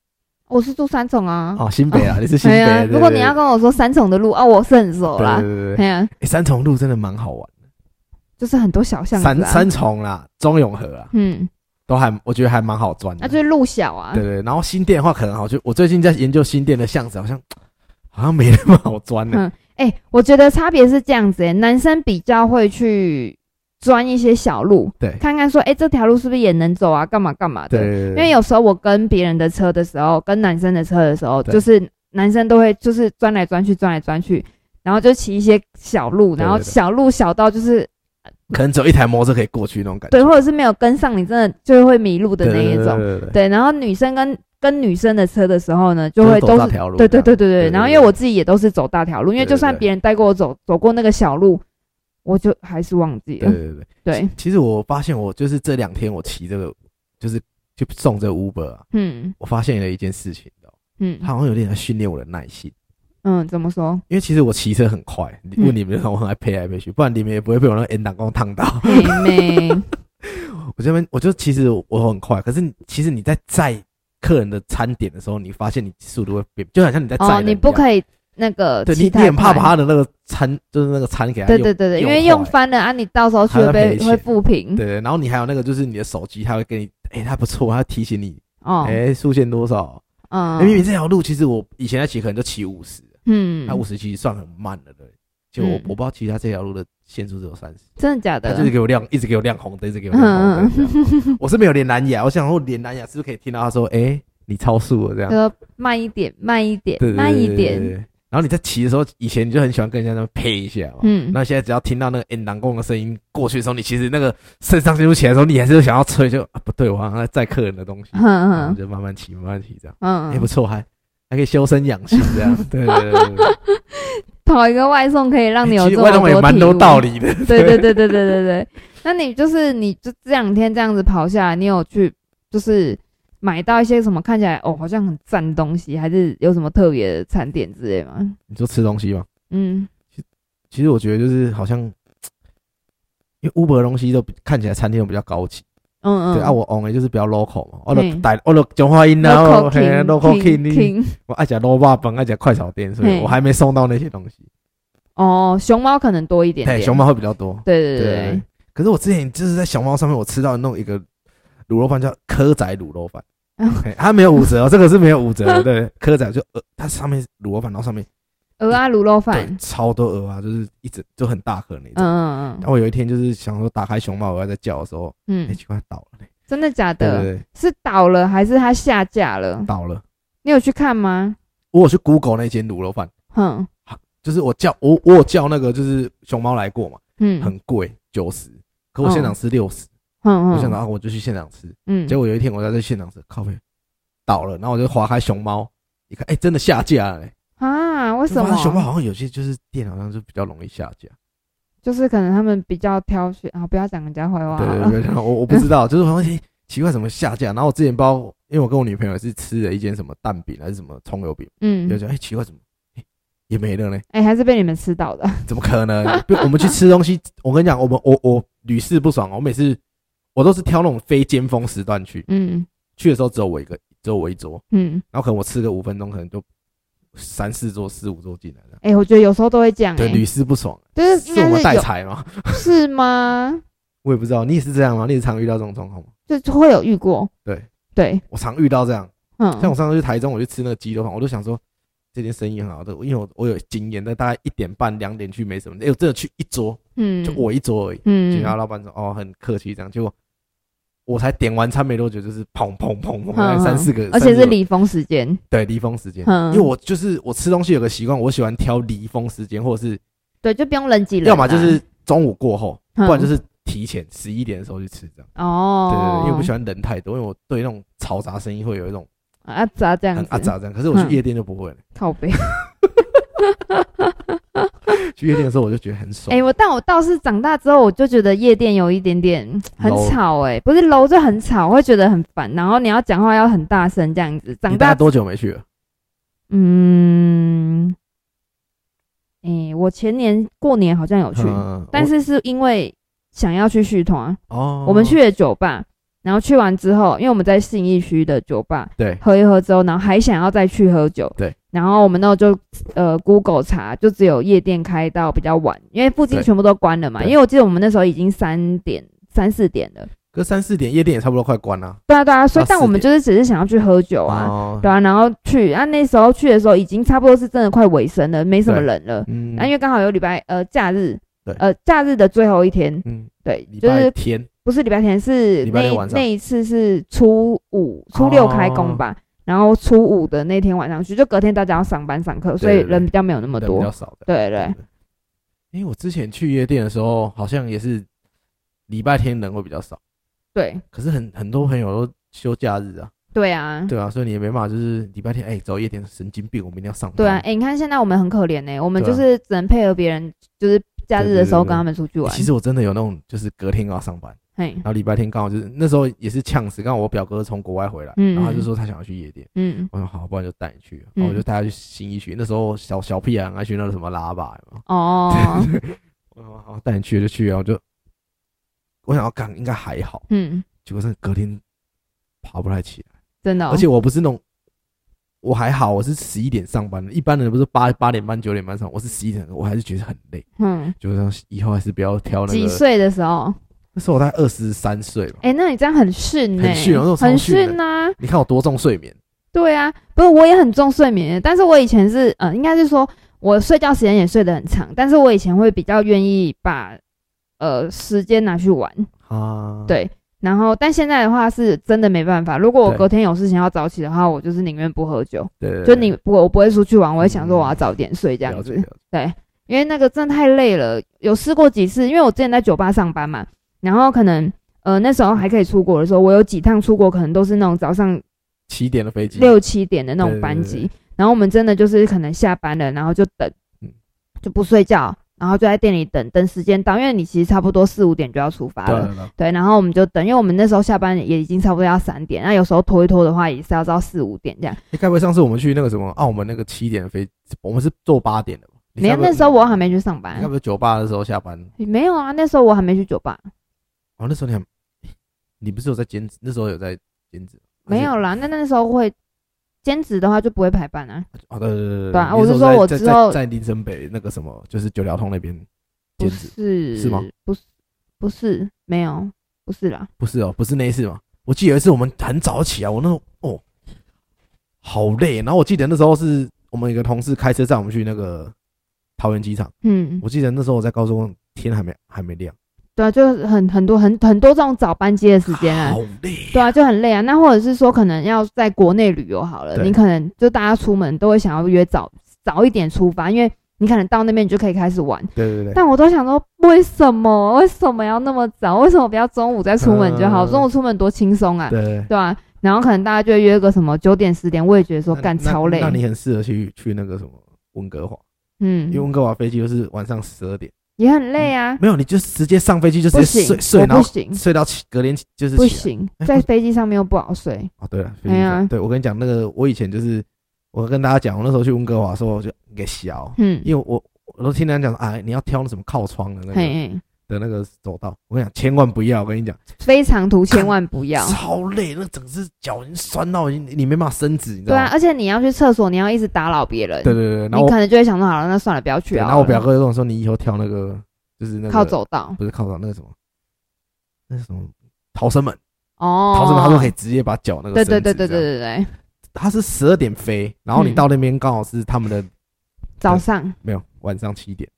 Speaker 2: 我是住三重啊。
Speaker 1: 哦，新北啊，你是新
Speaker 2: 哎
Speaker 1: 北
Speaker 2: 呀
Speaker 1: 啊。对对对
Speaker 2: 如果你要跟我说三重的路啊，我是很熟
Speaker 1: 对
Speaker 2: 啦。
Speaker 1: 对对对
Speaker 2: 哎呀，
Speaker 1: 诶三重路真的蛮好玩的，
Speaker 2: 就是很多小巷子、啊，
Speaker 1: 三三重啦，中永和啊，
Speaker 2: 嗯，
Speaker 1: 都还我觉得还蛮好赚
Speaker 2: 那、
Speaker 1: 的。
Speaker 2: 就是路小啊，
Speaker 1: 对对，然后新店的话可能好，就我最近在研究新店的巷子，好像好像没那么好钻呢、
Speaker 2: 嗯哎、我觉得差别是这样子、哎，男生比较会去钻一些小路，
Speaker 1: 对
Speaker 2: 看看说，哎、这条路是不是也能走啊？干嘛干嘛
Speaker 1: 对
Speaker 2: 的？
Speaker 1: 对对
Speaker 2: 因为有时候我跟别人的车的时候，跟男生的车的时候，
Speaker 1: 对
Speaker 2: 就是男生都会就是钻来钻去，钻来钻去，然后就骑一些小路，
Speaker 1: 对
Speaker 2: 然后
Speaker 1: 对对
Speaker 2: 小路小到就是
Speaker 1: 可能只有一台摩托车可以过去那种感觉。
Speaker 2: 对，或者是没有跟上，你真的就会迷路的那一
Speaker 1: 对
Speaker 2: 种。
Speaker 1: 对对
Speaker 2: 对，然后女生跟跟女生的车的时候呢，就会
Speaker 1: 都
Speaker 2: 都
Speaker 1: 走大
Speaker 2: 是
Speaker 1: 条路
Speaker 2: 对对
Speaker 1: 这
Speaker 2: 对对
Speaker 1: 样
Speaker 2: 对。
Speaker 1: 对
Speaker 2: 然后
Speaker 1: 对
Speaker 2: 因为
Speaker 1: 对
Speaker 2: 我自己也都是走大条路，因为
Speaker 1: 对
Speaker 2: 就
Speaker 1: 对
Speaker 2: 算
Speaker 1: 对
Speaker 2: 别人带过我走走过那个小路，我就还是忘记
Speaker 1: 对
Speaker 2: 了。
Speaker 1: 对对对。
Speaker 2: 对，
Speaker 1: 其实我发现我就是这两天我骑这个，就是去送这个 Uber 啊，
Speaker 2: 嗯
Speaker 1: 我发现了一件事情哦，
Speaker 2: 嗯
Speaker 1: 他好像有点在训练我的耐心。
Speaker 2: 嗯，怎么说？
Speaker 1: 因为其实我骑车很快，
Speaker 2: 嗯
Speaker 1: 问你们，我很爱配来配去，不然你们也不会被我那个 N 档光烫到。
Speaker 2: 妹妹，
Speaker 1: 我这边，我就其实我很快，可是你其实你在载客人的餐点的时候，你发现你速度会变，就好像你啊在载人一
Speaker 2: 哦，
Speaker 1: 样、
Speaker 2: 你不可以那个
Speaker 1: 对你
Speaker 2: 骑
Speaker 1: 你
Speaker 2: 太
Speaker 1: 很怕
Speaker 2: 快
Speaker 1: 把他的那个餐，就是那个餐给他
Speaker 2: 对
Speaker 1: 用
Speaker 2: 对对对，因
Speaker 1: 坏
Speaker 2: 为用翻了啊，你到时候去
Speaker 1: 还要
Speaker 2: 会被
Speaker 1: 赔钱
Speaker 2: 会负评
Speaker 1: 对对，然后你还有那个就是你的手机，他会给你，哎、他不错，他提醒你，
Speaker 2: 哦，
Speaker 1: 哎、速限多少？哎明明啊
Speaker 2: 嗯
Speaker 1: 这条路其实我以前在骑可能就骑五十，那五
Speaker 2: 嗯，
Speaker 1: 十其实算很慢了的，就我、
Speaker 2: 嗯啊
Speaker 1: 我不知道其他这条路的限速只有三十。
Speaker 2: 真的假
Speaker 1: 他
Speaker 2: 的
Speaker 1: 就？是给我亮，一直给我亮红灯，一直给我亮红灯这 样。我是没有连蓝牙，我想说连蓝牙是不是可以听到他说：“哎、你超速了。”这样
Speaker 2: 就，说慢一点，慢一点
Speaker 1: 对，对
Speaker 2: 慢
Speaker 1: 对
Speaker 2: 一
Speaker 1: 对对
Speaker 2: 点，
Speaker 1: 对然后你在骑的时候，以前你就很喜欢跟人家那么配一下嘛。
Speaker 2: 嗯，
Speaker 1: 那现在只要听到那个 N 南宫的声音过去的时候，你其实那个肾上腺素起来的时候，你还是想要吹，就、啊、不对，我好像在载客人的东西，
Speaker 2: 哼
Speaker 1: 然后
Speaker 2: 哼
Speaker 1: 就慢慢骑，慢慢骑这样，也、，
Speaker 2: 嗯
Speaker 1: 啊哎不错，还还可以修身养性这 样。对对对对对，
Speaker 2: 跑一个外送可以让你有
Speaker 1: 哎其实外
Speaker 2: 这么
Speaker 1: 动
Speaker 2: 多
Speaker 1: 也蛮
Speaker 2: 体
Speaker 1: 多
Speaker 2: 悟
Speaker 1: 道。理 的。
Speaker 2: 对对对对对对对。那你就是你就这两天这样子跑下来，你有去就是买到一些什么看起来哦好像很赞的东西，还是有什么特别的餐点之类吗？
Speaker 1: 你说吃东西吗？
Speaker 2: 嗯
Speaker 1: 其实我觉得就是好像，因为 Uber 的东西都比看起来餐厅都比较高级，
Speaker 2: 嗯嗯。
Speaker 1: 对啊，我 on 的就是比较 local 嘛，我哦都
Speaker 2: 嗯
Speaker 1: 带我都讲话音啊，我
Speaker 2: local
Speaker 1: 嘿
Speaker 2: king
Speaker 1: local
Speaker 2: king
Speaker 1: king，
Speaker 2: king
Speaker 1: 我爱讲 low 饭，爱讲快炒店，所以
Speaker 2: 嗯
Speaker 1: 我还没送到那些东西。
Speaker 2: 哦，熊猫可能多一点
Speaker 1: 对，
Speaker 2: 点。
Speaker 1: 熊，猫会比较多。
Speaker 2: 对对
Speaker 1: 对
Speaker 2: 对
Speaker 1: 对对
Speaker 2: 对，
Speaker 1: 可是我之前就是在熊猫上面，我吃到弄一个卤肉饭叫蚵仔卤肉饭
Speaker 2: 嗯，
Speaker 1: 嘿它没有五折哦，这个是没有五折的。对，蚵仔就呃，它上面是卤肉饭，然后上面
Speaker 2: 鹅啊卤肉饭
Speaker 1: 对，超多鹅啊，就是一整就很大颗那
Speaker 2: 嗯
Speaker 1: 种。
Speaker 2: 嗯
Speaker 1: 然后我有一天就是想说打开熊猫，我要在叫的时候，
Speaker 2: 嗯
Speaker 1: 哎，
Speaker 2: 嗯，
Speaker 1: 奇怪倒了嘞，
Speaker 2: 真的假
Speaker 1: 对
Speaker 2: 的？
Speaker 1: 对对，
Speaker 2: 是倒了还是它下架了？
Speaker 1: 倒了。
Speaker 2: 你有去看吗？
Speaker 1: 我有去 Google 那间卤肉饭，
Speaker 2: 哼，
Speaker 1: 就是我叫我我有叫那个就是熊猫来过嘛，
Speaker 2: 嗯，
Speaker 1: 很贵九十，可我现场吃六十，
Speaker 2: 哼
Speaker 1: 我想
Speaker 2: 哼
Speaker 1: 到啊我就去现场吃，
Speaker 2: 嗯
Speaker 1: 结果有一天我在这现场吃，靠背倒了，然后我就划开熊猫，一看，哎，真的下架了嘞。
Speaker 2: 啊，为
Speaker 1: 为
Speaker 2: 什么？
Speaker 1: 熊猫好像有些就是店好像就比较容易下架，
Speaker 2: 就是可能他们比较挑选啊，不要讲人家坏话好
Speaker 1: 对
Speaker 2: 了。
Speaker 1: 对对，我我不知道， 就是好像哎奇怪怎么下架。然后我之前包，因为我跟我女朋友是吃了一间什么蛋饼还是什么葱油饼。就
Speaker 2: 嗯，
Speaker 1: 觉得哎、奇怪怎么、哎也没了呢？
Speaker 2: 哎、还是被你们吃到的。
Speaker 1: 怎么可能？不我们去吃东西，我跟你讲，我们我我屡试不爽哦。我每次我都是挑那种非尖峰时段去，
Speaker 2: 嗯
Speaker 1: 去的时候只有我一个，只有我一桌，
Speaker 2: 嗯，
Speaker 1: 然后可能我吃个五分钟，可能就三四桌、四五桌进来了。
Speaker 2: 哎、我觉得有时候都会这样、
Speaker 1: 对，
Speaker 2: 哎，
Speaker 1: 屡试不爽，
Speaker 2: 就是
Speaker 1: 是我
Speaker 2: 应该
Speaker 1: 们
Speaker 2: 是
Speaker 1: 带
Speaker 2: 有
Speaker 1: 财吗？
Speaker 2: 是吗？
Speaker 1: 我也不知道，你也是这样吗？你也常遇到这种状况吗？
Speaker 2: 就就会有遇过。
Speaker 1: 对
Speaker 2: 对，
Speaker 1: 我常遇到这样，像
Speaker 2: 嗯
Speaker 1: 我上次去台中，我去吃那个鸡肉饭，我都想说这间生意很好的，因为我我有经验，但大概一点半、两点去没什么，哎、我真的去一桌，
Speaker 2: 嗯，
Speaker 1: 就我一桌而已。
Speaker 2: 嗯
Speaker 1: 警察老板说哦很客气这样，结果我才点完餐没多久，就是砰砰砰砰，大概
Speaker 2: 嗯
Speaker 1: 三四个，
Speaker 2: 而
Speaker 1: 三
Speaker 2: 且
Speaker 1: 四
Speaker 2: 是
Speaker 1: 个
Speaker 2: 离峰时间。
Speaker 1: 对离峰时间，
Speaker 2: 嗯
Speaker 1: 因为我就是我吃东西有个习惯，我喜欢挑离峰时间，或者是
Speaker 2: 对，就不用人挤人啦。
Speaker 1: 要么就是中午过后，
Speaker 2: 嗯，
Speaker 1: 不然就是提前十一点的时候去吃这样。对对
Speaker 2: 哦，
Speaker 1: 对，因为我不喜欢人太多，因为我对那种嘈杂声音会有一种
Speaker 2: 啊咋这样
Speaker 1: 很
Speaker 2: 子
Speaker 1: 阿杂这样。可是我
Speaker 2: 嗯
Speaker 1: 去夜店就不会了，
Speaker 2: 靠背。
Speaker 1: 去夜店的时候我就觉得很
Speaker 2: 哎、
Speaker 1: 爽。
Speaker 2: 我但我倒是长大之后，我就觉得夜店有一点点
Speaker 1: 嗯
Speaker 2: 很
Speaker 1: Low
Speaker 2: 吵、哎，不是 low 就很吵，会觉得很烦。然后你要讲话要很大声这样子。长
Speaker 1: 你大
Speaker 2: 大
Speaker 1: 概多久没去了？
Speaker 2: 嗯，诶、我前年过年好像有去，
Speaker 1: 嗯
Speaker 2: 但
Speaker 1: 我
Speaker 2: 是是因为想要去续团，
Speaker 1: 哦，
Speaker 2: 我们去了酒吧，然后去完之后，因为我们在信义区的酒吧
Speaker 1: 对
Speaker 2: 喝一喝之后，然后还想要再去喝酒，
Speaker 1: 对，
Speaker 2: 然后我们那时候就呃 Google 查，就只有夜店开到比较晚，因为附近
Speaker 1: 对
Speaker 2: 全部都关了嘛。
Speaker 1: 对
Speaker 2: 因为我记得我们那时候已经三点三四点了，
Speaker 1: 可三四点夜店也差不多快关了。
Speaker 2: 对啊对啊，所以
Speaker 1: 到
Speaker 2: 但我
Speaker 1: 4
Speaker 2: 们就是只是想要去喝酒啊，
Speaker 1: 哦，
Speaker 2: 对啊，然后去，啊那时候去的时候已经差不多是真的快尾声了，没什么
Speaker 1: 对
Speaker 2: 人了。
Speaker 1: 嗯
Speaker 2: 那、因为刚好有礼拜呃假日
Speaker 1: 对，
Speaker 2: 呃假日的最后一天，
Speaker 1: 嗯，
Speaker 2: 对，
Speaker 1: 礼
Speaker 2: 就
Speaker 1: 拜
Speaker 2: 是
Speaker 1: 天
Speaker 2: 不是礼拜天是
Speaker 1: 礼拜
Speaker 2: 那
Speaker 1: 天
Speaker 2: 一
Speaker 1: 晚上
Speaker 2: 那一次是初五初六开工吧，
Speaker 1: 哦
Speaker 2: 然后初五的那天晚上去，就隔天大家要上班上课，所以
Speaker 1: 对对
Speaker 2: 人比较没有那么
Speaker 1: 人比
Speaker 2: 多
Speaker 1: 较。少的。
Speaker 2: 对对，
Speaker 1: 因为我之前去夜店的时候，好像也是礼拜天人会比较少，
Speaker 2: 对
Speaker 1: 可是很很多朋友都休假日啊，
Speaker 2: 对啊，
Speaker 1: 对啊，所以你也没办法，就是礼拜天哎、走夜店神经病，我明天要上班。
Speaker 2: 对啊，哎、你看现在我们很可怜呢、我们
Speaker 1: 对
Speaker 2: 就
Speaker 1: 啊
Speaker 2: 是只能配合别人，就是假日的时
Speaker 1: 对对对
Speaker 2: 候
Speaker 1: 对
Speaker 2: 跟他们出
Speaker 1: 欸
Speaker 2: 去玩。
Speaker 1: 其实我真的有那种，就是隔天又要上班，
Speaker 2: 嘿，
Speaker 1: 然后礼拜天刚好就是那时候也是呛死，刚好我表哥从国外回来，
Speaker 2: 嗯
Speaker 1: 然后他就说他想要去夜店，
Speaker 2: 嗯，
Speaker 1: 我说好，不然就带你去，啊然后我
Speaker 2: 嗯
Speaker 1: 就带他去新一区，那时候小小屁孩很爱去那个什么拉吧，有没有
Speaker 2: 哦，
Speaker 1: 我说好带你去就去，然后就我想要干应该还好，
Speaker 2: 嗯，
Speaker 1: 结果真的隔天爬不太起来，
Speaker 2: 真的、哦，
Speaker 1: 而且我不是那种。我还好，我是十一点上班的。一般人不是八八点半、九点半上，我是十一点，我还是觉得很累。
Speaker 2: 嗯，
Speaker 1: 就是以后还是不要挑那
Speaker 2: 几
Speaker 1: 个。
Speaker 2: 岁的时候？
Speaker 1: 那时候我大概二十三岁吧。
Speaker 2: 哎、那你这样很逊呢、
Speaker 1: 很逊哦那种超
Speaker 2: 很
Speaker 1: 逊的
Speaker 2: 逊啊呐、
Speaker 1: 你看我多重睡眠，
Speaker 2: 对啊，不是我也很重睡眠，但是我以前是，呃，应该是说我睡觉时间也睡得很长，但是我以前会比较愿意把呃时间拿去玩，
Speaker 1: 啊，
Speaker 2: 对。然后，但现在的话是真的没办法。如果我
Speaker 1: 对
Speaker 2: 隔天有事情要早起的话，我就是宁愿不喝酒，
Speaker 1: 对对，
Speaker 2: 就
Speaker 1: 对
Speaker 2: 你不我不会出去玩，我会想说我要早点睡这样
Speaker 1: 了解
Speaker 2: 子。
Speaker 1: 了解
Speaker 2: 因为那个真的太累了。有试过几次，因为我之前在酒吧上班嘛，然后可能呃那时候还可以出国的时候，我有几趟出国可能都是那种早上
Speaker 1: 七点的飞机，
Speaker 2: 六七点的那
Speaker 1: 对
Speaker 2: 种
Speaker 1: 对
Speaker 2: 班
Speaker 1: 对
Speaker 2: 级，
Speaker 1: 对
Speaker 2: 然后我们真的就是可能下班了，然后就等
Speaker 1: 嗯，
Speaker 2: 就不睡觉，然后就在店里等等时间到，因为你其实差不多四五点就要出发
Speaker 1: 对
Speaker 2: 了。
Speaker 1: 对对
Speaker 2: 对，然后我们就等，因为我们那时候下班也已经差不多要三点，那有时候拖一拖的话也是要到四五点这样。
Speaker 1: 哎你该不会上次我们去那个什么澳门那个七点的飞，我们是坐八点的吧？你
Speaker 2: 没有，
Speaker 1: 该不会
Speaker 2: 那时候我还，没去上班
Speaker 1: 你该，不是酒吧的时候下班？
Speaker 2: 没有啊，那时候我还没去酒吧。
Speaker 1: 哦，那时候你还，你不是有在兼职？那时候有在兼职？
Speaker 2: 没有
Speaker 1: 了。
Speaker 2: 啦，那那时候会兼职的话就不会排班啊，
Speaker 1: 哦，对对对对
Speaker 2: 对啊
Speaker 1: 你
Speaker 2: 我是
Speaker 1: 那时
Speaker 2: 说
Speaker 1: 候在
Speaker 2: 我
Speaker 1: 在
Speaker 2: 之后
Speaker 1: 在在林森北那个什么，就是九条通那边兼
Speaker 2: 不
Speaker 1: 职，
Speaker 2: 是
Speaker 1: 是吗？
Speaker 2: 不是，不是，没有，不是啦。
Speaker 1: 不是哦，不是那一次嘛。我记得有一次我们很早起来，我那时候哦，好累。然后我记得那时候是我们有一个同事开车载我们去那个桃园机场。
Speaker 2: 嗯，
Speaker 1: 我记得那时候我在高速公路，天还没还没亮，
Speaker 2: 对啊，就很很多很很多这种早班机的时间啊
Speaker 1: 好，累。
Speaker 2: 对啊，就很累啊。那或者是说，可能要在国内旅游好了，
Speaker 1: 对
Speaker 2: 你可能就大家出门都会想要约早早一点出发，因为你可能到那边你就可以开始玩。
Speaker 1: 对对对，
Speaker 2: 但我都想说，为什么为什么要那么早？为什么不要中午再出门就好？
Speaker 1: 嗯
Speaker 2: 中午出门多轻松啊！
Speaker 1: 对对
Speaker 2: 对啊，然后可能大家就会约个什么九点十点，我也觉得说
Speaker 1: 那
Speaker 2: 干
Speaker 1: 那
Speaker 2: 超累
Speaker 1: 那，你很适合去去那个什么温哥华，
Speaker 2: 嗯
Speaker 1: 因为，温哥华飞机就是晚上十二点，
Speaker 2: 也很累啊，
Speaker 1: 没有你就直接上飞机就直
Speaker 2: 不
Speaker 1: 接
Speaker 2: 行
Speaker 1: 嗯睡，睡，
Speaker 2: 我
Speaker 1: 然后
Speaker 2: 不行，
Speaker 1: 睡到起隔天起就是
Speaker 2: 不
Speaker 1: 起来。
Speaker 2: 行，
Speaker 1: 哎
Speaker 2: 在
Speaker 1: 不
Speaker 2: 飞机上面又不好睡，
Speaker 1: 哦，对了，飞
Speaker 2: 哎
Speaker 1: 机
Speaker 2: 呀
Speaker 1: 上对我跟你讲那个，我以前就是我跟大家讲，我那时候去温哥华的时候我就给小，
Speaker 2: 嗯，
Speaker 1: 因为我我都听人家讲，哎，你要挑那什么靠窗的那个
Speaker 2: 嘿，嘿
Speaker 1: 的那个走道，我跟你讲千万不要，我跟你讲。
Speaker 2: 非长途千万不要，
Speaker 1: 超累，那整只脚已经酸到已经你没办法伸直， 你知
Speaker 2: 对
Speaker 1: 道
Speaker 2: 啊，
Speaker 1: 吗？
Speaker 2: 而且你要去厕所，你要一直打扰别人，
Speaker 1: 对对对，然后
Speaker 2: 你
Speaker 1: 我
Speaker 2: 可能就会想说好了，那算了，不要去
Speaker 1: 对
Speaker 2: 啊。
Speaker 1: 然后我表哥就跟我说，你以后挑那个就是那个
Speaker 2: 靠，走道
Speaker 1: 不是靠走，那个什么，那是什么逃生门，
Speaker 2: 哦，
Speaker 1: 逃生门他说可以直接把脚那个
Speaker 2: 对
Speaker 1: 伸直
Speaker 2: 对对对
Speaker 1: 这样，
Speaker 2: 对对对，
Speaker 1: 他是十二点飞，然后你
Speaker 2: 嗯
Speaker 1: 到那边刚好是他们的
Speaker 2: 早上
Speaker 1: 没有晚上七点，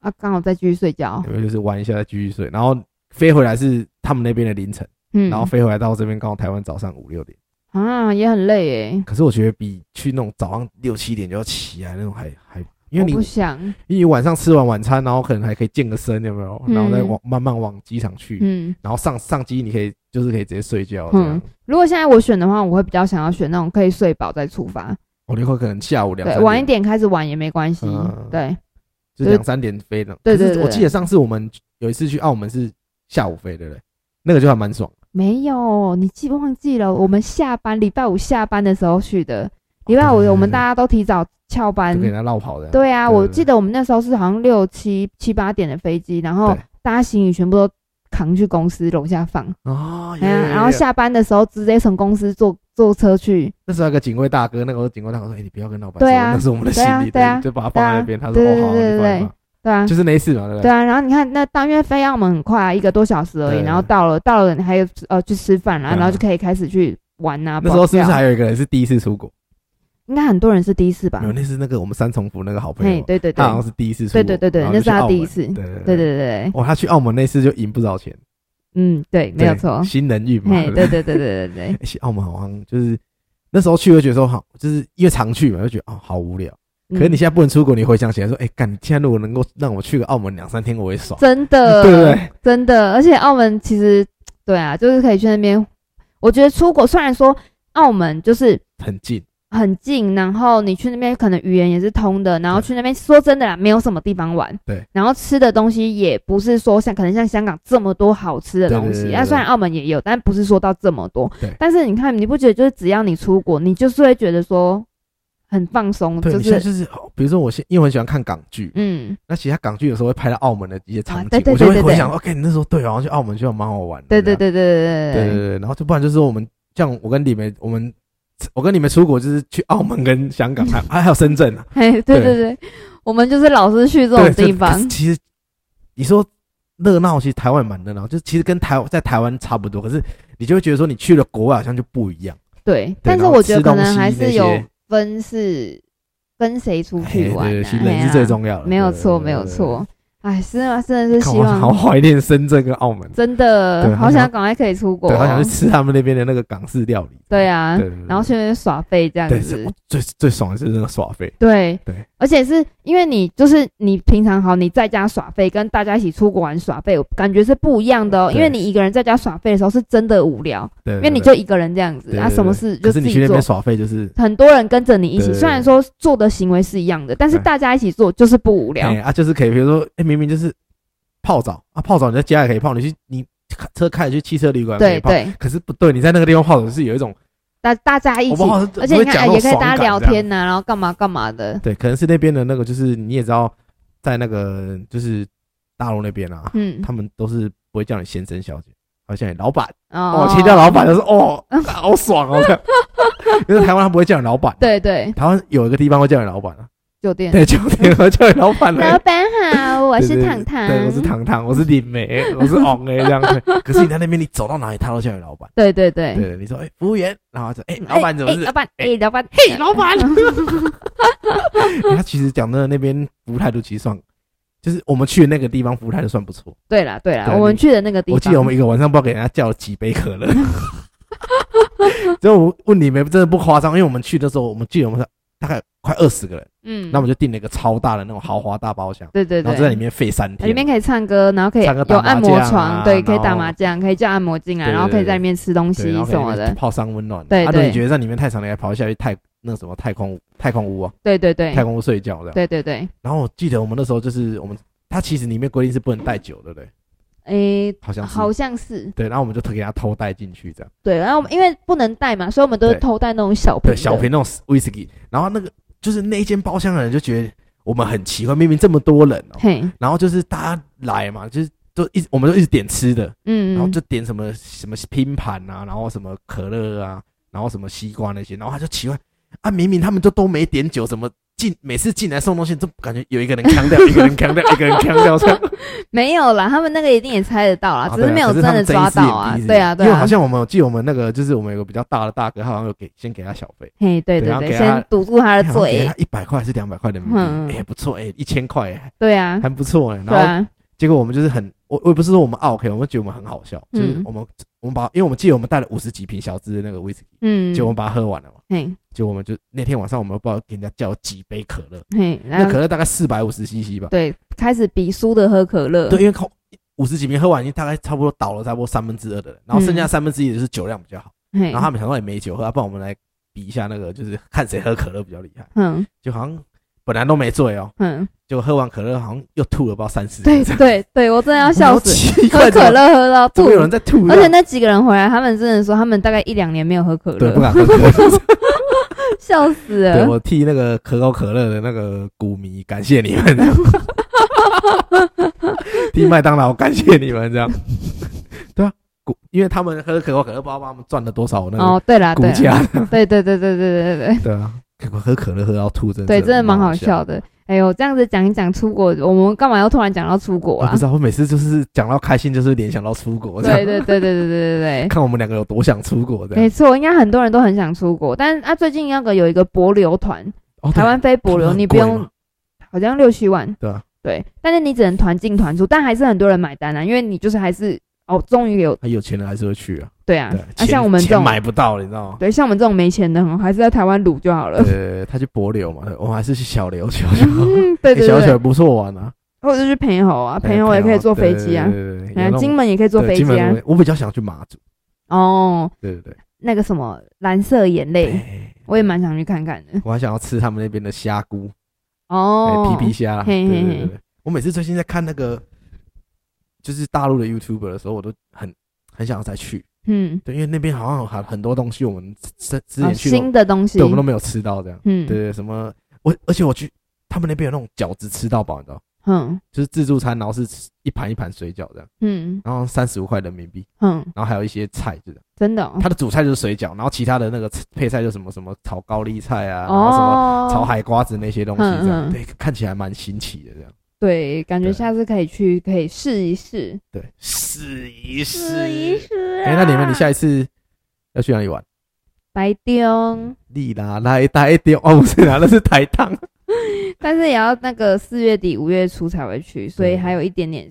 Speaker 2: 啊，刚好再继续睡觉，
Speaker 1: 有没有就是玩一下再继续睡，然后飞回来是他们那边的凌晨，
Speaker 2: 嗯，
Speaker 1: 然后飞回来到这边刚好台湾早上五六点，
Speaker 2: 啊也很累诶，
Speaker 1: 可是我觉得比去那种早上六七点就要起来那种还还。因为
Speaker 2: 我
Speaker 1: 你嗯
Speaker 2: 不想，
Speaker 1: 因为你晚上吃完晚餐，然后可能还可以健个身，有没有？
Speaker 2: 嗯
Speaker 1: 然后再往慢慢往机场去，
Speaker 2: 嗯。
Speaker 1: 然后上上机你可以就是可以直接睡觉这样。
Speaker 2: 如果现在我选的话，我会比较想要选那种可以睡饱再出发，
Speaker 1: 我那会可能下午两
Speaker 2: 对，
Speaker 1: 三
Speaker 2: 晚一
Speaker 1: 点，
Speaker 2: 点开始玩也没关系，
Speaker 1: 嗯
Speaker 2: 对，
Speaker 1: 就是两三点飞的。
Speaker 2: 对对
Speaker 1: 可是
Speaker 2: 对
Speaker 1: 我记得上次我们有一次去澳门是下午飞，对不对？那个就还蛮爽。
Speaker 2: 没有，你记忘记了？我们下班礼拜五下班的时候去的，礼拜
Speaker 1: 哦对
Speaker 2: 五
Speaker 1: 对对
Speaker 2: 我们大家都提早翘班
Speaker 1: 就，给人家绕跑的。
Speaker 2: 对啊，
Speaker 1: 对对
Speaker 2: 我记得我们那时候是好像六七七八点的飞机，然后
Speaker 1: 对
Speaker 2: 大家行李全部都扛去公司楼下放，哎
Speaker 1: 啊，
Speaker 2: 哎呀，然后下班的时候直接从公司坐坐车去，
Speaker 1: 那时候有个警卫大哥，那个警卫大哥说：“哎、你不要跟老板说，
Speaker 2: 对啊
Speaker 1: 那是我们的行李
Speaker 2: 对啊对啊
Speaker 1: 你就把它放在那边。”他说：“
Speaker 2: 对
Speaker 1: 哦，
Speaker 2: 对
Speaker 1: 好，
Speaker 2: 对
Speaker 1: 你
Speaker 2: 对
Speaker 1: 放一放。
Speaker 2: 对啊”，
Speaker 1: 就是那一次嘛，对不
Speaker 2: 对？啊。然后你看那当月飞要我们很快、啊，一个多小时而已，
Speaker 1: 对
Speaker 2: 然后到了到了你还有呃去吃饭啦、
Speaker 1: 嗯
Speaker 2: 然后就可以开始去玩啊。
Speaker 1: 那时候是不是
Speaker 2: 跑跳
Speaker 1: 还有一个人是第一次出国？
Speaker 2: 应该很多人是第一次吧
Speaker 1: 没有，？那是那个我们三重府那个好朋
Speaker 2: 嘿，
Speaker 1: 友，
Speaker 2: 对对
Speaker 1: 他
Speaker 2: 对
Speaker 1: 好像是第一次出国，
Speaker 2: 对对对对
Speaker 1: 然后
Speaker 2: 那
Speaker 1: 就是去
Speaker 2: 他
Speaker 1: 澳门
Speaker 2: 第一次
Speaker 1: 对对
Speaker 2: 对对对对，
Speaker 1: 哦，他去澳门那次就赢不少钱，
Speaker 2: 嗯，对，没有
Speaker 1: 对
Speaker 2: 错。
Speaker 1: 新人运嘛，
Speaker 2: 嘿，
Speaker 1: 对不
Speaker 2: 对对对对对对，
Speaker 1: 对？澳门好像就是那时候去，就觉得说好，就是因为常去嘛，就觉得哦好无聊。 可是你
Speaker 2: 嗯
Speaker 1: 现在不能出国，你回想起来说，哎，干，现在如果能够让我去个澳门两三天，我也爽，
Speaker 2: 真
Speaker 1: 对
Speaker 2: 的
Speaker 1: 不对？
Speaker 2: 真的，而且澳门其实对啊，就是可以去那边。我觉得出国虽然说澳门就是
Speaker 1: 很近，
Speaker 2: 很近，然后你去那边可能语言也是通的，然后
Speaker 1: 对
Speaker 2: 去那边说真的啦，没有什么地方玩。
Speaker 1: 对，
Speaker 2: 然后吃的东西也不是说像可能像香港这么多好吃的东
Speaker 1: 对对
Speaker 2: 西，
Speaker 1: 对对
Speaker 2: 那虽然澳门也有，但不是说到这么多
Speaker 1: 对。
Speaker 2: 但是你看，你不觉得就是只要你出国，你就是会觉得说很放松，
Speaker 1: 对，
Speaker 2: 就
Speaker 1: 你现在
Speaker 2: 是
Speaker 1: 就是，哦比如说我现因为我很喜欢看港剧，
Speaker 2: 嗯，
Speaker 1: 那其他港剧有时候会拍到澳门的一些场景，
Speaker 2: 啊对对
Speaker 1: 我就会
Speaker 2: 对对
Speaker 1: 回
Speaker 2: 对
Speaker 1: 想，OK，你那时候对，好像去澳门就蛮好玩的，
Speaker 2: 对对
Speaker 1: 这
Speaker 2: 对对对
Speaker 1: 样对对对，然后就不然就是我们像我跟李梅，我们我跟你们出国就是去澳门跟香港， 还还还有深圳啊，
Speaker 2: 嘿， 对
Speaker 1: 对
Speaker 2: 对对，我们就是老是去这种
Speaker 1: 对
Speaker 2: 地
Speaker 1: 就
Speaker 2: 方
Speaker 1: 可是，其实你说热闹，其实台湾也蛮热闹，就其实跟台在台湾差不多，可是你就会觉得说你去了国外好像就不一样，
Speaker 2: 对，但是
Speaker 1: 然后
Speaker 2: 我觉得
Speaker 1: 吃
Speaker 2: 可
Speaker 1: 东
Speaker 2: 能
Speaker 1: 西
Speaker 2: 还
Speaker 1: 那
Speaker 2: 是有
Speaker 1: 些
Speaker 2: 分是跟谁出去
Speaker 1: 哎
Speaker 2: 玩、啊，
Speaker 1: 对对，其实
Speaker 2: 嘿
Speaker 1: 人
Speaker 2: 啦
Speaker 1: 是最重要的，
Speaker 2: 没有
Speaker 1: 对
Speaker 2: 错，没有。
Speaker 1: 对对对对
Speaker 2: 错。哎，是啊，真的是
Speaker 1: 看
Speaker 2: 希
Speaker 1: 我好
Speaker 2: 望
Speaker 1: 怀念深圳跟澳门，
Speaker 2: 真的
Speaker 1: 对
Speaker 2: 好
Speaker 1: 好想
Speaker 2: 想赶快可以出国
Speaker 1: 对，好想
Speaker 2: 哦，
Speaker 1: 去吃他们那边的那个港式料理。
Speaker 2: 对啊，
Speaker 1: 对对对
Speaker 2: 然后去那边耍废这样
Speaker 1: 对，
Speaker 2: 子
Speaker 1: 是，最最爽的是那个耍费，
Speaker 2: 对
Speaker 1: 对，
Speaker 2: 而且是因为你就是你平常好你在家耍废，跟大家一起出国玩耍废，我感觉是不一样的哦，因为
Speaker 1: 对
Speaker 2: 你一个人在家耍废的时候是真的无聊，
Speaker 1: 对，
Speaker 2: 因为你
Speaker 1: 对
Speaker 2: 就一个人这样
Speaker 1: 对
Speaker 2: 子，啊，
Speaker 1: 对
Speaker 2: 什么
Speaker 1: 对
Speaker 2: 事
Speaker 1: 可
Speaker 2: 就是自
Speaker 1: 你去
Speaker 2: 己
Speaker 1: 那
Speaker 2: 做
Speaker 1: 边，耍费就是，
Speaker 2: 很多人跟着你一
Speaker 1: 对
Speaker 2: 起，
Speaker 1: 对对
Speaker 2: 虽然说做的行为是一样的，但是大家一起做就是不无聊
Speaker 1: 哎。啊，就是可以，比如说，哎，明明就是泡澡啊，泡澡你在家也可以泡，你去你车开去汽车旅馆可以
Speaker 2: 对
Speaker 1: 泡，
Speaker 2: 对，
Speaker 1: 可是不对，你在那个地方泡澡是有一种，
Speaker 2: 大大家一
Speaker 1: 我
Speaker 2: 起
Speaker 1: 不，好像
Speaker 2: 而且
Speaker 1: 不
Speaker 2: 你
Speaker 1: 会讲
Speaker 2: 看
Speaker 1: 那种
Speaker 2: 哎也可以
Speaker 1: 爽
Speaker 2: 大家
Speaker 1: 感
Speaker 2: 聊
Speaker 1: 这样
Speaker 2: 天呐、啊然后干嘛干嘛的。
Speaker 1: 对，可能是那边的那个，就是你也知道，在那个就是大陆那边啊，
Speaker 2: 嗯，
Speaker 1: 他们都是不会叫你先生小姐，而叫你老板。
Speaker 2: 哦
Speaker 1: 哦，切掉老板就是哦，好爽哦！这 样因为台湾他不会叫你老板，，
Speaker 2: 对对，
Speaker 1: 台湾有一个地方会叫你老板啊，
Speaker 2: 酒店。
Speaker 1: 对，酒店会叫你老板
Speaker 2: 老
Speaker 1: 了。
Speaker 2: 板好，我
Speaker 1: 对
Speaker 2: 是
Speaker 1: 对
Speaker 2: 糖糖。
Speaker 1: 对，我是糖糖，我是李梅，我是昂哎，这样对。可是你在那边，你走到哪里，他都叫你老板。
Speaker 2: 对对对。
Speaker 1: 对，你说哎，服务员，然后他说哎，
Speaker 2: 嗯
Speaker 1: 老板怎么
Speaker 2: 哎哎
Speaker 1: 是
Speaker 2: 老？板，
Speaker 1: 哎
Speaker 2: 哎，老板，嗯嘿，
Speaker 1: 老板，
Speaker 2: 哦
Speaker 1: 他其实讲真的那边服务态度其实算，就是我们去的那个地方服务态度算不错。
Speaker 2: 对啦对啦，
Speaker 1: 对
Speaker 2: 我们
Speaker 1: 你
Speaker 2: 去的那个地方，
Speaker 1: 我记得我们一个晚上不知道给人家叫了几杯可 乐，就我问你们真的不夸张，因为我们去的时候，我们记得我们大概快二十个人，
Speaker 2: 嗯，
Speaker 1: 那我们就订了一个超大的那种豪华大包厢，
Speaker 2: 对对
Speaker 1: 然
Speaker 2: 对，
Speaker 1: 后就在里面费三
Speaker 2: 里
Speaker 1: 天，
Speaker 2: 面可以唱歌，然后可以
Speaker 1: 唱歌
Speaker 2: 有
Speaker 1: 打麻
Speaker 2: 按摩
Speaker 1: 将啊
Speaker 2: 床，对，可以
Speaker 1: 然
Speaker 2: 打
Speaker 1: 后
Speaker 2: 麻将，可以叫按摩进来，
Speaker 1: 对
Speaker 2: 然后可以
Speaker 1: 对
Speaker 2: 在里面吃东西
Speaker 1: 对，然后可以
Speaker 2: 什么的，
Speaker 1: 泡桑温暖。
Speaker 2: 对
Speaker 1: 啊如果
Speaker 2: 对
Speaker 1: 你觉得在里面太长了，你还跑下去太那个什么太空太空屋啊，
Speaker 2: 对对对
Speaker 1: 太，空屋睡觉这样。
Speaker 2: 对对对，
Speaker 1: 然后我记得我们那时候就是我们，它其实里面规定是不能带酒的，对不对？
Speaker 2: 诶，
Speaker 1: 好像是
Speaker 2: 好像是
Speaker 1: 对，然后我们就给他偷带进去这样。
Speaker 2: 对，然后我们因为不能带嘛，所以我们都是
Speaker 1: 对
Speaker 2: 偷带那种小
Speaker 1: 对，
Speaker 2: 瓶的，
Speaker 1: 小瓶那种 whisky，然后那个就是那一间包厢的人就觉得我们很奇怪，明明这么多人哦、
Speaker 2: 嘿，
Speaker 1: 然后就是大家来嘛，就是都一直我们就一直点吃的，
Speaker 2: 嗯，
Speaker 1: 然后
Speaker 2: 嗯
Speaker 1: 就点什么什么拼盘啊，然后什么可乐啊，然后什么西瓜那些，然后他就奇怪啊，明明他们就都没点酒，怎么进每次进来送东西都感觉有一个人 扛掉，一个人扛掉，一个人扛掉这样，
Speaker 2: 没有啦，他们那个一定也猜得到啦，
Speaker 1: 啊
Speaker 2: 只
Speaker 1: 对
Speaker 2: 是
Speaker 1: 啊
Speaker 2: 没有
Speaker 1: 可
Speaker 2: 真
Speaker 1: 他
Speaker 2: 的
Speaker 1: 们睁一
Speaker 2: 抓
Speaker 1: 只眼
Speaker 2: 到啊
Speaker 1: 闭一，只
Speaker 2: 对
Speaker 1: 眼
Speaker 2: 啊，对
Speaker 1: 因为
Speaker 2: 啊
Speaker 1: 好，像我们我记得我们那个就是我们有个比较大的大哥，他好像有给先给他小费。
Speaker 2: 嘿，对
Speaker 1: 对
Speaker 2: 对
Speaker 1: 然后
Speaker 2: 对，
Speaker 1: 给他
Speaker 2: 先堵住他的
Speaker 1: 好像给
Speaker 2: 嘴
Speaker 1: 他，一百块还是两百块的人民币，
Speaker 2: 嗯
Speaker 1: 哎、不错哎、一千块哎、
Speaker 2: 对啊，
Speaker 1: 还不错哎、
Speaker 2: 对
Speaker 1: 然后
Speaker 2: 啊，
Speaker 1: 结果我们就是很，我我也不是说我们 OK，我们觉得我们很好笑，就是
Speaker 2: 嗯
Speaker 1: 我们我们把，因为我们记得我们带了五十几瓶小支的那个威士忌，
Speaker 2: 嗯
Speaker 1: 结，果我们把它喝完了嘛，
Speaker 2: 嘿，
Speaker 1: 结果我们就那天晚上我们不知道给人家叫几杯可乐，
Speaker 2: 嘿，然
Speaker 1: 那可
Speaker 2: 后
Speaker 1: 乐大概四百五十 CC 吧，
Speaker 2: 对，开始比输的喝可乐，
Speaker 1: 对，因为口五十几瓶喝完，已经大概差不多倒了差不多三分之二的人，然后
Speaker 2: 嗯
Speaker 1: 剩下三分之一的就是酒量比较好，
Speaker 2: 嘿
Speaker 1: 然后，他们想说也没酒喝，啊不然我们来比一下那个，就是看谁喝可乐比较厉害，
Speaker 2: 嗯
Speaker 1: 就好像本来都没醉哦、
Speaker 2: 嗯，
Speaker 1: 就喝完可乐好像又吐了，不知道三四
Speaker 2: 对
Speaker 1: 次。
Speaker 2: 对对，我真的要笑死，
Speaker 1: 奇
Speaker 2: 喝
Speaker 1: 怪，
Speaker 2: 可乐喝到
Speaker 1: 怎
Speaker 2: 吐
Speaker 1: 么，有人在吐？啊
Speaker 2: 而且那几个人回来，他们真的说他们大概一两年没有喝可
Speaker 1: 对不
Speaker 2: 乐，
Speaker 1: 敢喝可乐。
Speaker 2: 笑死
Speaker 1: 对
Speaker 2: 了，
Speaker 1: 我替那个可口可乐的那个股迷感谢你们， 替麦当劳感谢你们，这样。对啊，股因为他们喝可口可乐，不知道帮他们赚了多 少那个
Speaker 2: 哦，对啦，
Speaker 1: 股
Speaker 2: 对啦，
Speaker 1: 价。
Speaker 2: 对对对对对对对对，
Speaker 1: 对啊，可口喝可乐喝到吐，真的
Speaker 2: 对，真的蛮好
Speaker 1: 好
Speaker 2: 笑的。哎呦，这样子讲一讲出国，我们干嘛要突然讲到出国
Speaker 1: 我
Speaker 2: 啊
Speaker 1: 哦不？知道，我每次就是讲到开心，就是联想到出国，这
Speaker 2: 对哎
Speaker 1: 样
Speaker 2: 对对对对对 对
Speaker 1: 看我们两个有多想出国这
Speaker 2: 对，没
Speaker 1: 样。
Speaker 2: 错，应该很多人都很想出国，但是啊，最近那个有一个博流团，
Speaker 1: 哦，
Speaker 2: 台湾飞博
Speaker 1: 旅
Speaker 2: 流，你不用好像六七万，
Speaker 1: 对啊
Speaker 2: 对，但是你只能团进团出，但还是很多人买单啊，因为你就是还是哦，终于有
Speaker 1: 他有钱人还是会去啊。
Speaker 2: 对啊
Speaker 1: 对，，
Speaker 2: 那
Speaker 1: 钱
Speaker 2: 像我们这
Speaker 1: 钱
Speaker 2: 种
Speaker 1: 买不到，你知道吗？
Speaker 2: 对像我们这种没钱的，哦还是在台湾撸就好了。
Speaker 1: 对，呃他去博流嘛，我们还是去小琉球就好。
Speaker 2: 嗯，
Speaker 1: 欸
Speaker 2: 对对
Speaker 1: 小琉
Speaker 2: 对
Speaker 1: 球，不错玩啊，
Speaker 2: 或者是朋友
Speaker 1: 哎
Speaker 2: 啊，朋友也可以坐飞机啊，
Speaker 1: 对对对对对
Speaker 2: 哎
Speaker 1: 有那
Speaker 2: 呀
Speaker 1: 种
Speaker 2: 金门也可以坐
Speaker 1: 对
Speaker 2: 飞
Speaker 1: 金
Speaker 2: 机啊
Speaker 1: 门。我我比较想去马祖，
Speaker 2: 哦，
Speaker 1: 对对对。
Speaker 2: 那个什么蓝色眼泪，
Speaker 1: 对
Speaker 2: 我也蛮想去看看的。
Speaker 1: 我还想要吃他们那边的虾菇，哎，
Speaker 2: 哦
Speaker 1: 皮，皮虾啦。
Speaker 2: 嘿
Speaker 1: 对对
Speaker 2: 嘿
Speaker 1: 对
Speaker 2: 嘿
Speaker 1: 对，对我每次最近在看那个就是大陆的 YouTuber 的时候，我都很很想要再去，
Speaker 2: 嗯，
Speaker 1: 对，因为那边好像有很很多东西我们之之
Speaker 2: 哦
Speaker 1: 前去的，
Speaker 2: 新的东西
Speaker 1: 对，我，们都没有吃到这样。
Speaker 2: 嗯，
Speaker 1: 对对，什么我而且我去他们那边有那种饺子吃到饱，你知道，
Speaker 2: 嗯
Speaker 1: 就是自助餐，然后是吃一盘一盘水饺这样，
Speaker 2: 嗯
Speaker 1: 然后三十五块人民币，
Speaker 2: 嗯，
Speaker 1: 然后还有一些菜这样。
Speaker 2: 真的哦
Speaker 1: 它的主菜就是水饺，然后其他的那个配菜就什么什么炒高丽菜啊，然后什么
Speaker 2: 哦，
Speaker 1: 炒海瓜子那些东西这
Speaker 2: 嗯
Speaker 1: 样，
Speaker 2: 嗯
Speaker 1: 对，看起来蛮新奇的这样。
Speaker 2: 对，感觉
Speaker 1: 对
Speaker 2: 下次可以去，可以试一试，
Speaker 1: 对，试一
Speaker 2: 试一。试啊。
Speaker 1: 哎，那你们，你下一次要去哪里玩？
Speaker 2: 白丢，
Speaker 1: 丽啦，来台丢哦，不是啦，那是台糖。
Speaker 2: 但是也要那个四月底五月初才会去，所以还有一点点，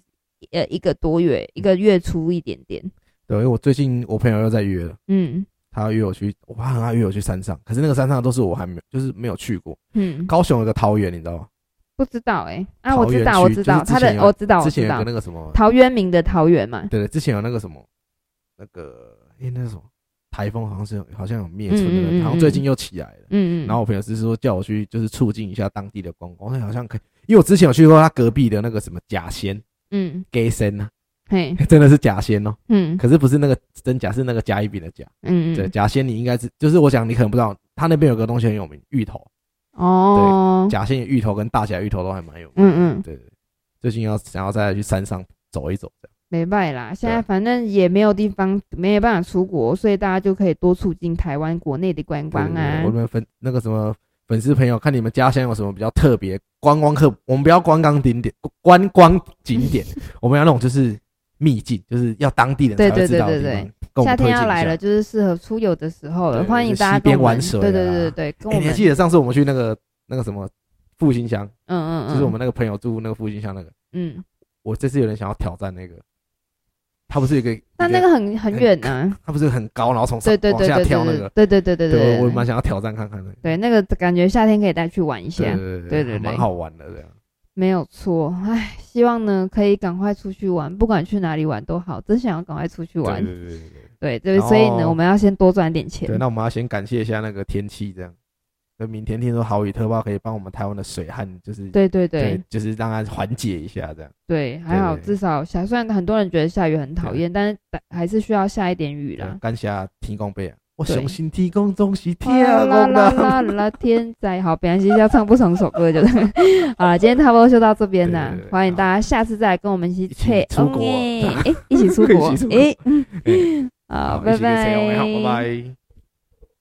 Speaker 2: 呃，一个多月，一个月初一点点。
Speaker 1: 对，因为我最近我朋友又在约了，
Speaker 2: 嗯
Speaker 1: 他要约我去，我很爱约我去山上，可是那个山上都是我还没有，就是没有去过。
Speaker 2: 嗯，
Speaker 1: 高雄有个桃园，你知道吗？
Speaker 2: 不知道哎、啊，
Speaker 1: 桃
Speaker 2: 我知
Speaker 1: 园
Speaker 2: 道，
Speaker 1: 区
Speaker 2: 我知道，
Speaker 1: 就是
Speaker 2: 他
Speaker 1: 之前
Speaker 2: 的
Speaker 1: 有
Speaker 2: 我知道，哦我
Speaker 1: 之
Speaker 2: 知
Speaker 1: 前有
Speaker 2: 道
Speaker 1: 个，那个什么，
Speaker 2: 陶渊明的桃园 嘛，
Speaker 1: 对对，之前有那个什么，那个哎、那是什么台风好像是有好像有灭村的，
Speaker 2: 嗯嗯嗯嗯
Speaker 1: 然后最近又起来了。
Speaker 2: 嗯嗯，
Speaker 1: 然后我朋友是说叫我去，就是促进一下当地的观光，我说好像可以，因为我之前有去过他隔壁的那个什么假仙
Speaker 2: 嗯
Speaker 1: gay 仙呐，
Speaker 2: 嘿
Speaker 1: 真的是假仙哦，
Speaker 2: 嗯
Speaker 1: 可是不是那个真假，是那个甲乙丙的甲。
Speaker 2: 嗯
Speaker 1: 对，
Speaker 2: 嗯
Speaker 1: 假仙你应该是，就是我想你可能不知道，他那边有个东西很有名，芋头，
Speaker 2: 哦，
Speaker 1: 假仙芋头跟大甲芋头都还蛮有名。
Speaker 2: 嗯嗯，
Speaker 1: 对对，对最近要想要再去山上走一走，这样
Speaker 2: 没办法啦，现在反正也没有地方，没有办法出国，所以大家就可以多促进台湾国内的观光
Speaker 1: 对对对
Speaker 2: 啊
Speaker 1: 我，们粉那个什么粉丝朋友，看你们家乡有什么比较特别观光客，我们不要观光景点，观光景 点，我们要那种就是秘境，就是要当地人才
Speaker 2: 对
Speaker 1: 会
Speaker 2: 对
Speaker 1: 知道的
Speaker 2: 对
Speaker 1: 地
Speaker 2: 对
Speaker 1: 方。跟我
Speaker 2: 夏
Speaker 1: 们推荐
Speaker 2: 天
Speaker 1: 一
Speaker 2: 要来
Speaker 1: 下
Speaker 2: 了，。就是适合出游的时候了，
Speaker 1: 对
Speaker 2: 欢迎
Speaker 1: 就是
Speaker 2: 大家
Speaker 1: 西
Speaker 2: 跟
Speaker 1: 边
Speaker 2: 我们，
Speaker 1: 玩水
Speaker 2: 对对
Speaker 1: 啊
Speaker 2: 对对，跟
Speaker 1: 哎，你
Speaker 2: 我
Speaker 1: 还
Speaker 2: 们，
Speaker 1: 记得上次我们去那个那个什么复兴乡，
Speaker 2: 嗯嗯嗯，
Speaker 1: 就是我们那个朋友住那个复兴乡那个，
Speaker 2: 嗯，
Speaker 1: 我这次有点想要挑战那个，它不是有一个，
Speaker 2: 但那
Speaker 1: 一个
Speaker 2: 个很很
Speaker 1: 很
Speaker 2: 远啊，
Speaker 1: 它不是很高，然后从上
Speaker 2: 对对
Speaker 1: 往
Speaker 2: 对
Speaker 1: 下
Speaker 2: 对
Speaker 1: 跳那个
Speaker 2: 对，对对对对
Speaker 1: 对，我我蛮
Speaker 2: 对，
Speaker 1: 想要挑战看看的。
Speaker 2: 对那个感觉夏天可以带去玩一下
Speaker 1: 对，对
Speaker 2: 对对对
Speaker 1: 还蛮好玩的这样。
Speaker 2: 没有错，唉，希望呢可以赶快出去玩，不管去哪里玩都好，真想要赶快出去玩。
Speaker 1: 对对对对对。
Speaker 2: 对对，
Speaker 1: 然后
Speaker 2: 所以呢，我们要先多赚点钱
Speaker 1: 对，。那我们要先感谢一下那个天气这样。那明天听说好雨特报可以帮我们台湾的水旱，就是
Speaker 2: 对对对，
Speaker 1: 就是让它缓解一下这样。
Speaker 2: 对，还好，
Speaker 1: 对对
Speaker 2: 至少下。虽然很多人觉得下雨很讨厌，但是还是需要下一点雨啦
Speaker 1: 对。感谢提供杯啊，我
Speaker 2: 对
Speaker 1: 相信提供总是
Speaker 2: 哗
Speaker 1: 天
Speaker 2: 啦
Speaker 1: 公
Speaker 2: 啦
Speaker 1: 的。
Speaker 2: 啦啦，天灾好，本来其实要唱不同首歌，就是好了。今天差不多就到这边啦
Speaker 1: 对对，对
Speaker 2: 欢迎大家下次再来跟我们一起
Speaker 1: 一起出国
Speaker 2: 哎，诶一起出 国
Speaker 1: 一起出，国
Speaker 2: 哎，
Speaker 1: 哎
Speaker 2: 嗯，好，
Speaker 1: 好一
Speaker 2: 拜
Speaker 1: 起跟谁
Speaker 2: 拜
Speaker 1: 哦，好，拜拜。